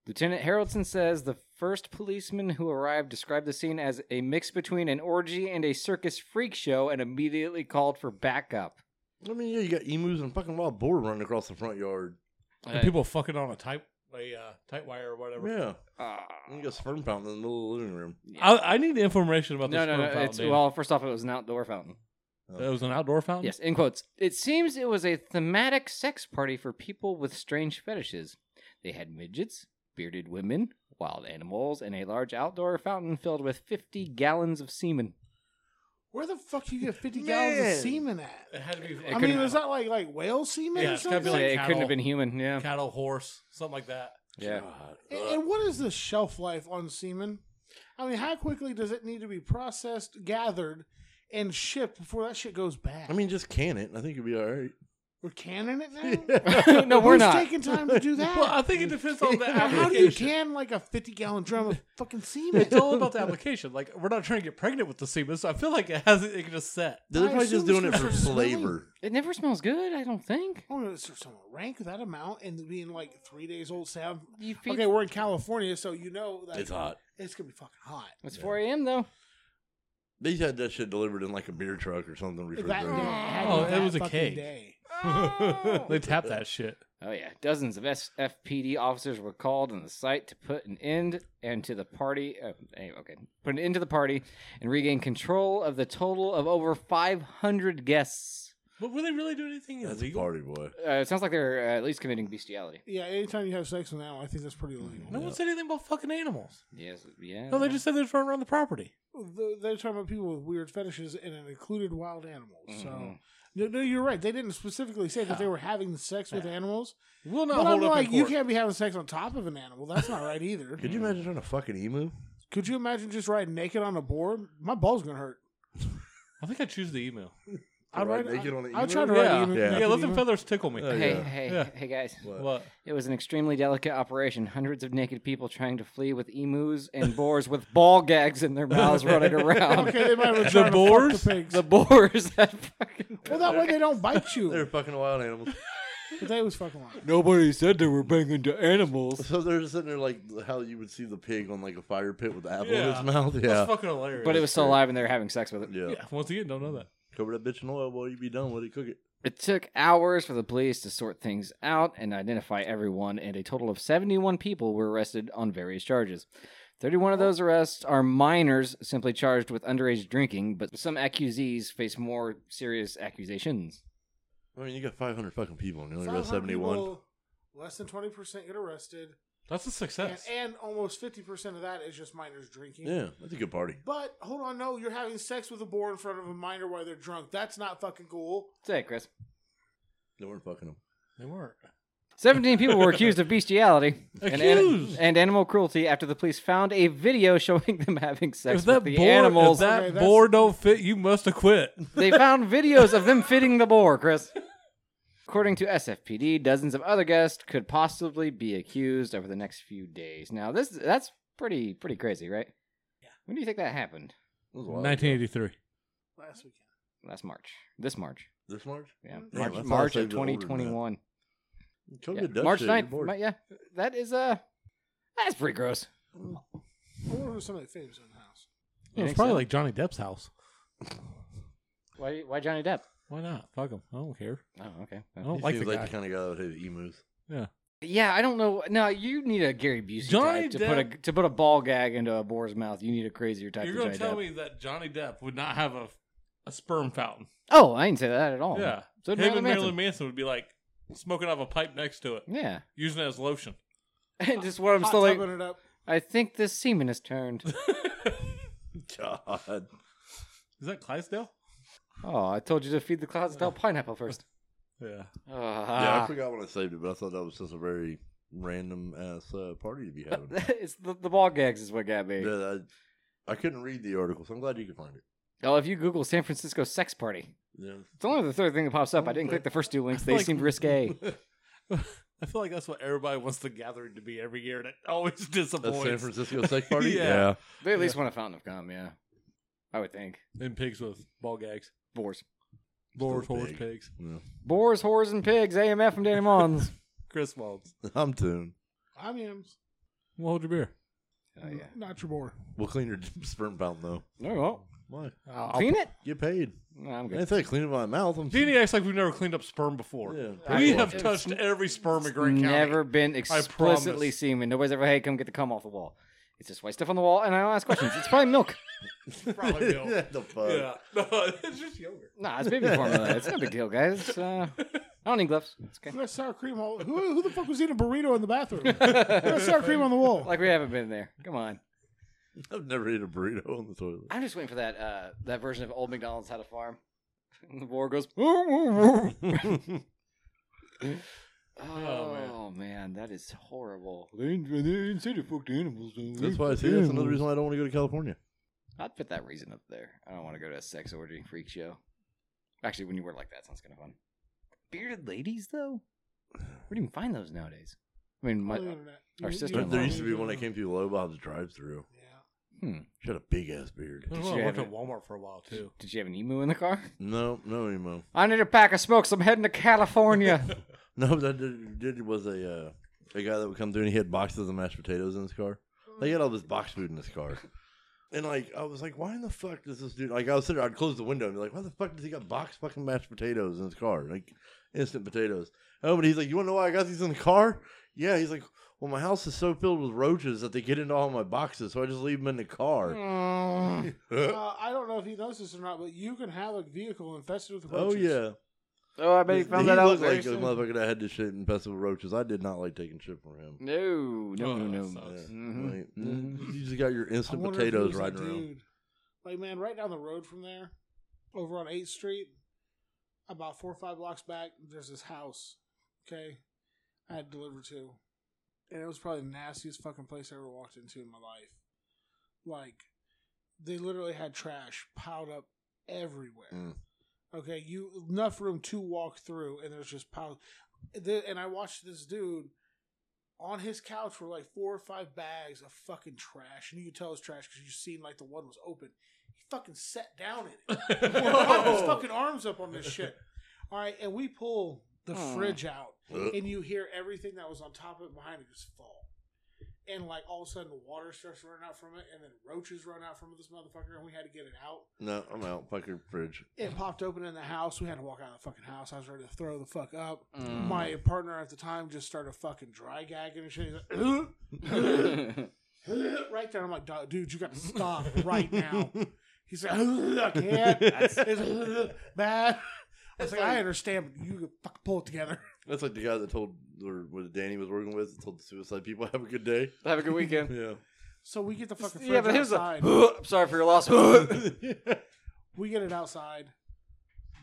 Speaker 2: Lieutenant Haroldson says the first policeman who arrived described the scene as a mix between an orgy and a circus freak show and immediately called for backup.
Speaker 5: I mean, yeah, you got emus and fucking wild boar running across the front yard.
Speaker 3: And people fucking on a tight a uh, tight wire or whatever.
Speaker 5: Yeah,
Speaker 2: Ah.
Speaker 5: and you got sperm fountain in the middle of the living room.
Speaker 3: I, I need information about this.
Speaker 2: no, no, no. It's,
Speaker 3: fountain.
Speaker 2: well, first off, it was an outdoor fountain.
Speaker 3: it was an outdoor fountain.
Speaker 2: Yes, in quotes. It seems it was a thematic sex party for people with strange fetishes. They had midgets, bearded women, wild animals, and a large outdoor fountain filled with 50 gallons of semen.
Speaker 4: Where the fuck you get fifty gallons
Speaker 5: Man.
Speaker 4: of semen at?
Speaker 3: It had to be.
Speaker 4: I mean, was that like like whale semen
Speaker 3: Yeah,
Speaker 4: or
Speaker 3: it's gotta
Speaker 4: something?
Speaker 3: be like
Speaker 2: Yeah, it couldn't
Speaker 3: cattle.
Speaker 2: have been human. Yeah.
Speaker 3: cattle, horse, something like that.
Speaker 2: Yeah.
Speaker 4: And, and what is the shelf life on semen? I mean, how quickly does it need to be processed, gathered, and shipped before that shit goes bad?
Speaker 5: I mean, just can it. I think it'll be all right.
Speaker 4: we're canning it now.
Speaker 2: no, we're
Speaker 4: Who's
Speaker 2: not.
Speaker 4: taking time to do that?
Speaker 3: Well, I think it depends on the
Speaker 4: Now, how do you
Speaker 3: application.
Speaker 4: can like a fifty gallon drum of fucking semen?
Speaker 3: It's all about the application. Like we're not trying to get pregnant with the semen, so I feel like it has it can just set.
Speaker 5: They're
Speaker 4: I
Speaker 5: probably
Speaker 4: assume
Speaker 5: just doing it
Speaker 4: it's
Speaker 5: for
Speaker 4: just smelling.
Speaker 5: flavor.
Speaker 2: It never smells good, I don't think.
Speaker 4: Oh, no, so someone rank that amount and being like three days old sound.
Speaker 2: You feed-
Speaker 4: Okay, we're in California, so you know that
Speaker 5: It's hot.
Speaker 4: It's gonna be fucking hot.
Speaker 2: It's 4 a.m., though.
Speaker 5: They had that shit delivered in like a beer truck or something.
Speaker 4: If that,
Speaker 5: refrigerated.
Speaker 4: had
Speaker 3: Oh,
Speaker 4: to be
Speaker 3: it
Speaker 4: that
Speaker 3: was a
Speaker 4: fucking
Speaker 3: cake.
Speaker 4: Day.
Speaker 3: they tap that shit.
Speaker 2: Oh yeah, dozens of SFPD officers were called on the site to put an end and to the party. Uh, anyway, okay, put an end to the party and regain control of the total of over 500 guests.
Speaker 3: But were they really doing anything
Speaker 5: That's a
Speaker 3: illegal?
Speaker 5: party boy.
Speaker 2: Uh, it sounds like they're uh, at least committing bestiality.
Speaker 4: Yeah, anytime you have sex with an animal, I think that's pretty illegal.
Speaker 3: No one said anything about fucking animals.
Speaker 2: Yes, yeah.
Speaker 3: No, they just said they was running around the property.
Speaker 4: The- They're talking about people with weird fetishes, and it included wild animals. So,
Speaker 5: Mm-hmm.
Speaker 2: Mhm.
Speaker 4: no, no, you're right. They didn't specifically say that they were having sex with animals,
Speaker 3: We'll not
Speaker 4: but I'm
Speaker 3: hold up in
Speaker 4: like, you
Speaker 3: court.
Speaker 4: can't be having sex on top of an animal. That's not right either.
Speaker 5: Could you imagine trying to fuck an emu?
Speaker 4: Could you imagine just riding naked on a board? My ball's gonna hurt.
Speaker 3: I think I choose the email.
Speaker 4: I'd
Speaker 5: ride
Speaker 4: ride.
Speaker 5: naked on an
Speaker 4: I, I'd try to
Speaker 5: emu?
Speaker 4: ride.
Speaker 3: Yeah.
Speaker 4: emu-
Speaker 5: Yeah.
Speaker 4: naked
Speaker 3: Yeah, let them
Speaker 4: emu.
Speaker 3: feathers tickle me.
Speaker 5: Uh,
Speaker 2: hey,
Speaker 5: yeah.
Speaker 2: hey,
Speaker 3: Yeah.
Speaker 2: hey, guys!
Speaker 3: What?
Speaker 2: It was an extremely delicate operation. Hundreds of naked people trying to flee with emus and boars with ball gags in their mouths running around.
Speaker 4: Okay, they might have been
Speaker 3: The
Speaker 4: trying to fuck
Speaker 3: boars?
Speaker 4: the pigs.
Speaker 2: The boars that fucking.
Speaker 4: well, that way they don't bite
Speaker 5: They're
Speaker 4: you.
Speaker 5: fucking wild animals.
Speaker 4: but they was fucking lying.
Speaker 2: Nobody said they were banging to animals.
Speaker 5: So they're just sitting there like how you would see the pig on like a fire pit with the apple in
Speaker 3: Yeah.
Speaker 5: its mouth.
Speaker 3: That's
Speaker 5: Yeah.
Speaker 3: fucking hilarious.
Speaker 2: But it was still alive and they were having sex with it.
Speaker 5: yeah.
Speaker 3: Yeah. Once again, don't know that.
Speaker 5: Cover that bitch in oil while you be done with it. Cook it.
Speaker 2: It took hours for the police to sort things out and identify everyone, and a total of 71 people were arrested on various charges. 31 of those arrests are minors simply charged with underage drinking, but some accusees face more serious accusations.
Speaker 5: I mean, you got 500 fucking people and you only
Speaker 4: 500
Speaker 5: arrest 71.
Speaker 4: people, Less than twenty percent get arrested,
Speaker 3: That's a
Speaker 4: and,
Speaker 3: success.
Speaker 4: and almost fifty percent of that is just minors drinking.
Speaker 5: Yeah, that's a good party.
Speaker 4: But hold on, no, you're having sex with a boar in front of a minor while they're drunk. That's not fucking cool.
Speaker 2: Say, it, Chris.
Speaker 5: They weren't fucking them.
Speaker 3: They weren't.
Speaker 2: 17 people were accused of bestiality and, an-
Speaker 3: Accused?
Speaker 2: and animal cruelty after the police found a video showing them having sex
Speaker 3: If that
Speaker 2: with the
Speaker 3: board,
Speaker 2: animals.
Speaker 3: if that
Speaker 4: Okay, that's-
Speaker 3: board don't fit, you must have quit.
Speaker 2: they found videos of them fitting the boar, Chris. According to SFPD, dozens of other guests could possibly be accused over the next few days. Now, this that's pretty pretty crazy, right? Yeah. When do you think that happened?
Speaker 5: That was wild.
Speaker 3: 1983.
Speaker 4: Last weekend,
Speaker 2: Last March. This March.
Speaker 5: This March?
Speaker 2: Yeah.
Speaker 3: Mm-hmm.
Speaker 4: Damn,
Speaker 5: I
Speaker 2: March,
Speaker 5: thought
Speaker 2: March
Speaker 5: I
Speaker 2: of
Speaker 5: saved it older than that.
Speaker 2: 2021.
Speaker 5: Cook
Speaker 2: Yeah.
Speaker 5: it, Dutch
Speaker 2: March
Speaker 5: shit, you're
Speaker 2: 9th.
Speaker 5: bored.
Speaker 2: Ma- Yeah. That is uh that's pretty gross.
Speaker 4: I wonder who some of the famous in the house.
Speaker 3: It was
Speaker 2: think
Speaker 3: probably
Speaker 2: so?
Speaker 3: like Johnny Depp's house.
Speaker 2: Why why Johnny Depp?
Speaker 3: Why not? Fuck him. I don't care.
Speaker 2: Oh, okay.
Speaker 3: I
Speaker 5: He
Speaker 3: don't like the
Speaker 5: seems
Speaker 3: guy.
Speaker 5: like the kind of guy that would hate emus.
Speaker 3: yeah.
Speaker 2: Yeah, I don't know. No, you need a Gary Busey
Speaker 3: Johnny
Speaker 2: type to put a
Speaker 3: Depp-
Speaker 2: to put a ball gag into a boar's mouth. You need a crazier type.
Speaker 3: You're
Speaker 2: than
Speaker 3: going to
Speaker 2: Johnny
Speaker 3: tell
Speaker 2: Depp.
Speaker 3: me that Johnny Depp would not have a, a sperm fountain.
Speaker 2: Oh, I didn't say that at all.
Speaker 3: yeah.
Speaker 2: So did
Speaker 3: Him
Speaker 2: Marilyn
Speaker 3: and
Speaker 2: Manson.
Speaker 3: Marilyn Manson would be like smoking off a pipe next to it,
Speaker 2: Yeah.
Speaker 3: using it as lotion.
Speaker 2: And just what I'm
Speaker 4: Hot
Speaker 2: still like,
Speaker 4: tubbing it up.
Speaker 2: I think this semen has turned.
Speaker 5: God.
Speaker 3: Is that Clydesdale?
Speaker 2: oh, I told you to feed the clouds without pineapple first.
Speaker 3: Yeah.
Speaker 2: Uh,
Speaker 5: yeah, I forgot when I saved it, but I thought that was just a very random ass uh, party to be having.
Speaker 2: it's the, the ball gags is what got me.
Speaker 5: Yeah, I, I couldn't read the article, so I'm glad you could find it.
Speaker 2: Oh, if you Google San Francisco sex party,
Speaker 5: Yeah.
Speaker 2: it's only the third thing that pops up. I didn't click the first two links; they
Speaker 3: Like-
Speaker 2: seemed risque.
Speaker 3: I feel like that's what everybody wants the gathering to be every year, and it always
Speaker 5: A San
Speaker 3: disappoints.
Speaker 5: Francisco sex party?
Speaker 3: Yeah.
Speaker 2: They at least want a fountain of cum, yeah. I would think
Speaker 3: and pigs with ball gags,
Speaker 2: boars,
Speaker 3: boars,
Speaker 5: Still
Speaker 3: horse,
Speaker 5: pig.
Speaker 3: pigs,
Speaker 5: Yeah.
Speaker 2: boars, whores, and pigs. AMF from Danny Mons.
Speaker 3: Chris Malds.
Speaker 5: I'm tuned.
Speaker 4: I mean,
Speaker 3: Well, hold your beer.
Speaker 2: oh yeah.
Speaker 4: not your boy.
Speaker 5: We'll clean your sperm fountain, though.
Speaker 2: No, well,
Speaker 5: Why?
Speaker 2: clean it.
Speaker 5: Get paid.
Speaker 2: No, I'm
Speaker 5: I
Speaker 2: good.
Speaker 5: said clean it with my mouth. I'm
Speaker 3: Jeannie acts like we've never cleaned up sperm before.
Speaker 5: Yeah.
Speaker 3: We
Speaker 2: I-
Speaker 3: have
Speaker 2: it's
Speaker 3: touched every sperm in Grant County.
Speaker 2: Never been explicitly
Speaker 3: promise.
Speaker 2: seen when nobody's ever hey come get the cum off the wall. It's just white stuff on the wall, and I don't ask questions. It's probably milk.
Speaker 3: Probably will.
Speaker 5: yeah, the fuck.
Speaker 3: Yeah, no, it's just yogurt.
Speaker 2: Nah, it's baby formula. It's no big deal, guys. It's, Uh, I don't need gloves. It's okay.
Speaker 4: You got sour cream all. Who, who the fuck was eating a burrito in the bathroom? You got sour cream on the wall.
Speaker 2: Like we haven't been there. Come on.
Speaker 5: I've never eaten a burrito on the toilet.
Speaker 2: I'm just waiting for that uh, that version of Old McDonald's had a farm. And the boar goes. oh,
Speaker 3: Oh,
Speaker 2: man. that is horrible. They didn't say they fucked animals.
Speaker 5: That's why I say that's another reason why I don't want to go to California.
Speaker 2: I'd put that reason up there. I don't want to go to a sex orgy freak show. Actually, when you wear like that, sounds kind of fun. Bearded ladies, though, where do you even find those nowadays? I mean, my,
Speaker 4: On the internet.
Speaker 2: our
Speaker 4: You-
Speaker 2: sister-
Speaker 5: There,
Speaker 4: you-
Speaker 5: there used to be one that came through Lobob's drive through.
Speaker 4: Yeah.
Speaker 2: hmm.
Speaker 5: She had a big ass beard.
Speaker 3: I
Speaker 2: Did
Speaker 3: don't know,
Speaker 2: you
Speaker 3: I worked
Speaker 2: have
Speaker 3: at
Speaker 2: it?
Speaker 3: Walmart for a while too.
Speaker 2: Did you have an emu in the car?
Speaker 5: No, no emo.
Speaker 2: I need a pack of smokes. I'm heading to California.
Speaker 5: No, what I did, did was a uh, a guy that would come through and he had boxes of mashed potatoes in his car. Like, he had all this box food in his car. And like I was like, why in the fuck does this dude like I was sitting there, I'd close the window and be like, why the fuck does he got box fucking mashed potatoes in his car? Like instant potatoes. Oh, but he's like, You wanna know why I got these in the car? Yeah, he's like, Well, my house is so filled with roaches that they get into all my boxes, so I just leave them in the car. Oh,
Speaker 2: Mm.
Speaker 4: Uh, I don't know if he knows this or not, but you can have a vehicle infested with
Speaker 5: oh
Speaker 4: roaches.
Speaker 5: yeah.
Speaker 2: oh, I bet he
Speaker 5: He
Speaker 2: found that out.
Speaker 5: looked like a
Speaker 2: soon.
Speaker 5: motherfucker that had this shit in festival roaches. I did not like taking shit from him.
Speaker 2: No, no,
Speaker 3: Oh,
Speaker 2: no,
Speaker 3: that
Speaker 2: no.
Speaker 5: Yeah.
Speaker 3: sucks.
Speaker 2: Mhm.
Speaker 5: Like, eh,
Speaker 2: Mhm.
Speaker 5: You just got your
Speaker 4: Mm-hmm. I
Speaker 5: instant
Speaker 4: wonder if he
Speaker 5: potatoes
Speaker 4: was a
Speaker 5: riding around.
Speaker 4: dude. Like man, right down the road from there, over on Eighth Street, about four or five blocks back, there's this house. Okay, I had delivered to, and it was probably the nastiest fucking place I ever walked into in my life. Like, they literally had trash piled up everywhere.
Speaker 5: Mm.
Speaker 4: Okay, you enough room to walk through, and there's just piles. The, and I watched this dude on his couch were like four or five bags of fucking trash, and you could tell it's trash because you seen like the one was open. He fucking sat down in it, Popped his fucking arms up on this shit. All right, and we pull the
Speaker 2: Hmm.
Speaker 4: fridge out,
Speaker 5: Ugh.
Speaker 4: and you hear everything that was on top of it behind it just fall. And like all of a sudden, the water starts running out from it, and then roaches run out from this motherfucker, and we had to get it out.
Speaker 5: No, I'm out. Fuck your fridge.
Speaker 4: It popped open in the house. We had to walk out of the fucking house. I was ready to throw the fuck up.
Speaker 2: Mm.
Speaker 4: My partner at the time just started fucking dry gagging and shit. He's like, right there. I'm like, "Dog, dude, you got to stop right now. He's like, I can't. It's bad. I was like, I understand, but you can fucking pull it together.
Speaker 5: That's like the guy that told, or what Danny was working with, told the suicide people, have a good day.
Speaker 2: Have a good weekend.
Speaker 5: Yeah.
Speaker 4: So we get the fucking fridge
Speaker 2: yeah, but here's a.
Speaker 4: outside.
Speaker 2: I'm sorry for your loss.
Speaker 4: we get it outside,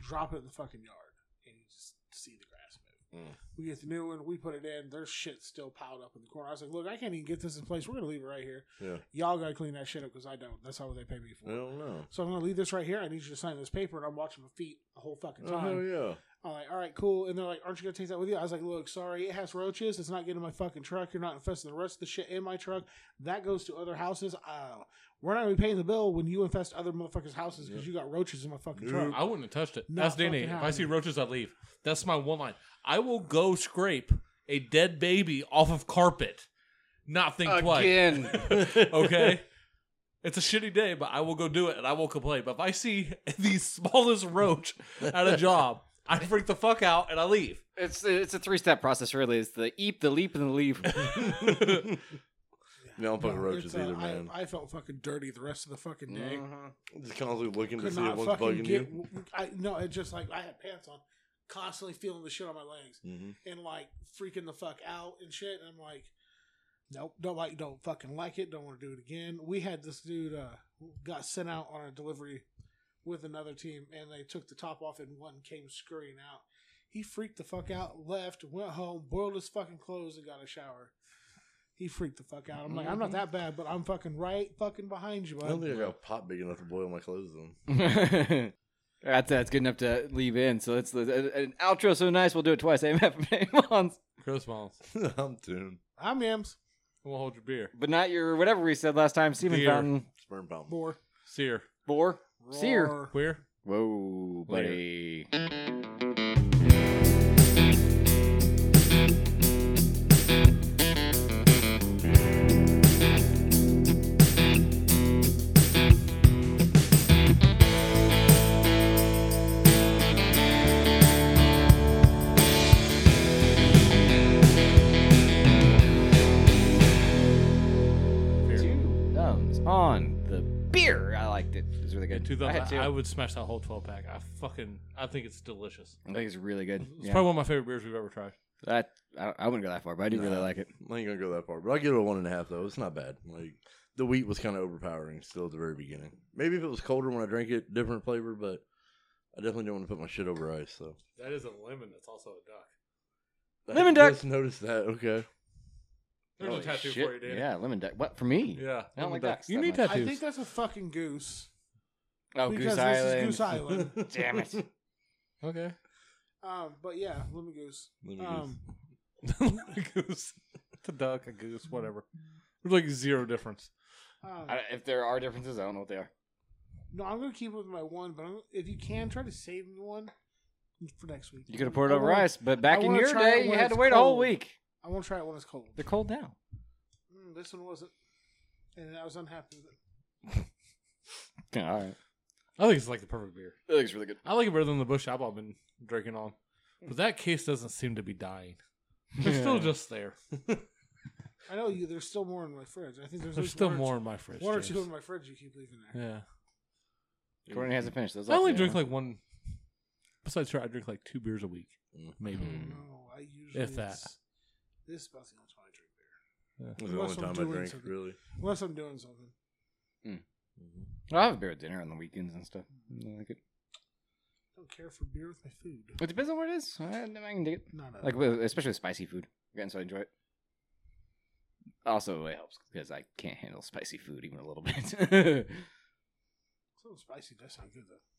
Speaker 4: drop it in the fucking yard, and you just see the grass move.
Speaker 5: Mm.
Speaker 4: We get the new one, we put it in. There's shit still piled up in the corner. I was like, look, I can't even get this in place. We're gonna leave it right here.
Speaker 5: yeah.
Speaker 4: Y'all gotta clean that shit up because I don't. That's not what they pay me
Speaker 5: I
Speaker 4: for.
Speaker 5: don't know.
Speaker 4: So I'm gonna leave this right here. I need you to sign this paper, and I'm watching my feet the whole fucking
Speaker 5: Oh,
Speaker 4: time.
Speaker 5: hell yeah.
Speaker 4: I'm like, all right, cool. And they're like, aren't you gonna take that with you? I was like, look, sorry, it has roaches. It's not getting in my fucking truck. You're not infesting the rest of the shit in my truck. That goes to other houses. Uh, we're not gonna be paying the bill when you infest other motherfuckers' houses because you got roaches in my fucking truck.
Speaker 3: I wouldn't have touched it.
Speaker 4: Not
Speaker 3: That's Danny.
Speaker 4: fucking
Speaker 3: If I see
Speaker 4: happening.
Speaker 3: roaches, I leave. That's my one line. I will go scrape a dead baby off of carpet. Not think twice.
Speaker 2: Again.
Speaker 3: Okay. It's a shitty day, but I will go do it and I won't complain. But if I see the smallest roach at a job, I freak the fuck out and I leave.
Speaker 2: It's it's a three step process really. It's the eep, the leap, and the leave.
Speaker 5: No, I don't fucking
Speaker 4: No,
Speaker 5: roaches
Speaker 4: it's, uh,
Speaker 5: either,
Speaker 4: I-
Speaker 5: man. Mm.
Speaker 4: I, felt fucking dirty the rest of the fucking day.
Speaker 5: just constantly looking to
Speaker 4: Could
Speaker 5: see if
Speaker 4: not
Speaker 5: one's
Speaker 4: fucking
Speaker 5: bugging
Speaker 4: get.
Speaker 5: you.
Speaker 4: I no, it just like I had pants on, constantly feeling the shit on my legs
Speaker 5: Mhm.
Speaker 4: and like freaking the fuck out and shit. And I'm like, nope, don't like, don't fucking like it. Don't want to do it again. We had this dude uh, got sent out on a delivery with another team, and they took the top off, and one came scurrying out. He freaked the fuck out, left, went home, boiled his fucking clothes, and got a shower. He freaked the fuck out. I'm like, I'm
Speaker 5: Mm-hmm.
Speaker 4: not that bad, but I'm fucking right fucking behind you,
Speaker 5: I don't
Speaker 4: bud.
Speaker 5: think I got a pot big enough to boil my clothes in.
Speaker 2: that's that's good enough to leave in. So that's the an outro so nice. We'll do it twice. Aim after name ons,
Speaker 3: Chris Miles.
Speaker 5: I'm tuned.
Speaker 4: I'm Ems.
Speaker 3: I'm gonna hold your beer.
Speaker 2: but not your whatever we said last time. Semen
Speaker 3: Beer.
Speaker 2: fountain,
Speaker 5: Sperm bomb.
Speaker 4: Boar.
Speaker 3: Sear.
Speaker 2: boar, seer.
Speaker 4: Roar.
Speaker 3: Queer.
Speaker 2: Whoa,
Speaker 3: Later.
Speaker 2: buddy. Two thumbs on the beer. I liked it. It was really good.
Speaker 3: Two
Speaker 2: I
Speaker 3: thumbs.
Speaker 2: had
Speaker 3: I,
Speaker 2: two.
Speaker 3: I would smash that whole twelve pack. I fucking. I think it's delicious.
Speaker 2: I think it's really good.
Speaker 3: It's
Speaker 2: Yeah.
Speaker 3: probably one of my favorite beers we've ever tried.
Speaker 2: That I, I wouldn't go that far, but I do really
Speaker 5: Nah.
Speaker 2: like it.
Speaker 5: I ain't gonna go that far, but I give it a one and a half though. It's not bad. Like the wheat was kind of overpowering still at the very beginning. Maybe if it was colder when I drank it, different flavor, but I definitely don't want to put my shit over ice. So
Speaker 3: That is a lemon. That's also a duck.
Speaker 2: Lemon
Speaker 5: I
Speaker 2: duck.
Speaker 5: Just noticed that. Okay.
Speaker 3: There's
Speaker 2: Holy
Speaker 3: a tattoo
Speaker 2: shit.
Speaker 3: for you, dude.
Speaker 2: Yeah, lemon duck. What for me?
Speaker 3: Yeah.
Speaker 2: I don't like ducks.
Speaker 3: You
Speaker 2: that
Speaker 3: need
Speaker 2: much.
Speaker 4: I think
Speaker 3: tattoos.
Speaker 4: that's a fucking goose.
Speaker 2: Oh,
Speaker 4: because
Speaker 2: Goose
Speaker 4: this
Speaker 2: Island.
Speaker 4: is Goose Island.
Speaker 2: Damn it.
Speaker 3: Okay.
Speaker 4: um, but yeah, Lemon Goose.
Speaker 5: Let me
Speaker 4: Um,
Speaker 3: a goose. It's a duck, a goose, whatever. There's like zero difference.
Speaker 4: um,
Speaker 2: I, if there are differences, I don't know what they are.
Speaker 4: no, I'm gonna keep with my one, but I'm, if you can, try to save me one for next week.
Speaker 2: You could have poured
Speaker 4: I
Speaker 2: over
Speaker 4: wanna-
Speaker 2: ice, but back in
Speaker 4: wanna
Speaker 2: your
Speaker 4: try it
Speaker 2: day, you
Speaker 4: when
Speaker 2: had
Speaker 4: it's
Speaker 2: to wait a whole
Speaker 4: cold.
Speaker 2: week.
Speaker 4: I want to try it when it's cold.
Speaker 2: They're cold now.
Speaker 4: Mm, this one wasn't, and I was unhappy with it.
Speaker 2: all right.
Speaker 3: I think it's like the perfect beer.
Speaker 2: That looks really good.
Speaker 3: I like it better than the Bush Apple I've been drinking on. But that case doesn't seem to be dying. They're still just there.
Speaker 4: I know you. There's still more in my fridge. I think there's,
Speaker 3: There's
Speaker 4: like
Speaker 3: still
Speaker 4: one or
Speaker 3: more in my fridge.
Speaker 4: two- One or
Speaker 3: James.
Speaker 4: two in my fridge you keep leaving there.
Speaker 3: Yeah.
Speaker 2: Courtney hasn't finished those.
Speaker 3: I
Speaker 2: up
Speaker 3: only
Speaker 2: yet,
Speaker 3: drink
Speaker 2: huh?
Speaker 3: like one. Besides her, I drink like two beers a week,
Speaker 5: Mm.
Speaker 3: maybe.
Speaker 2: Mm.
Speaker 4: No, I usually
Speaker 3: If that.
Speaker 4: it's- This is about the only time I drink beer,
Speaker 5: This is the only
Speaker 4: Unless I'm
Speaker 5: time I
Speaker 4: doing
Speaker 5: drink,
Speaker 4: something.
Speaker 5: really.
Speaker 4: unless I'm doing something.
Speaker 2: Well, I have a beer at dinner on the weekends and stuff. I like it.
Speaker 4: I don't care for beer with my food.
Speaker 2: It depends on what it is. I, I can dig it.
Speaker 4: Not a,
Speaker 2: Like with- especially with spicy food, and so I enjoy it. Also, it helps because I can't handle spicy food even a little bit.
Speaker 4: something spicy. That's not good though.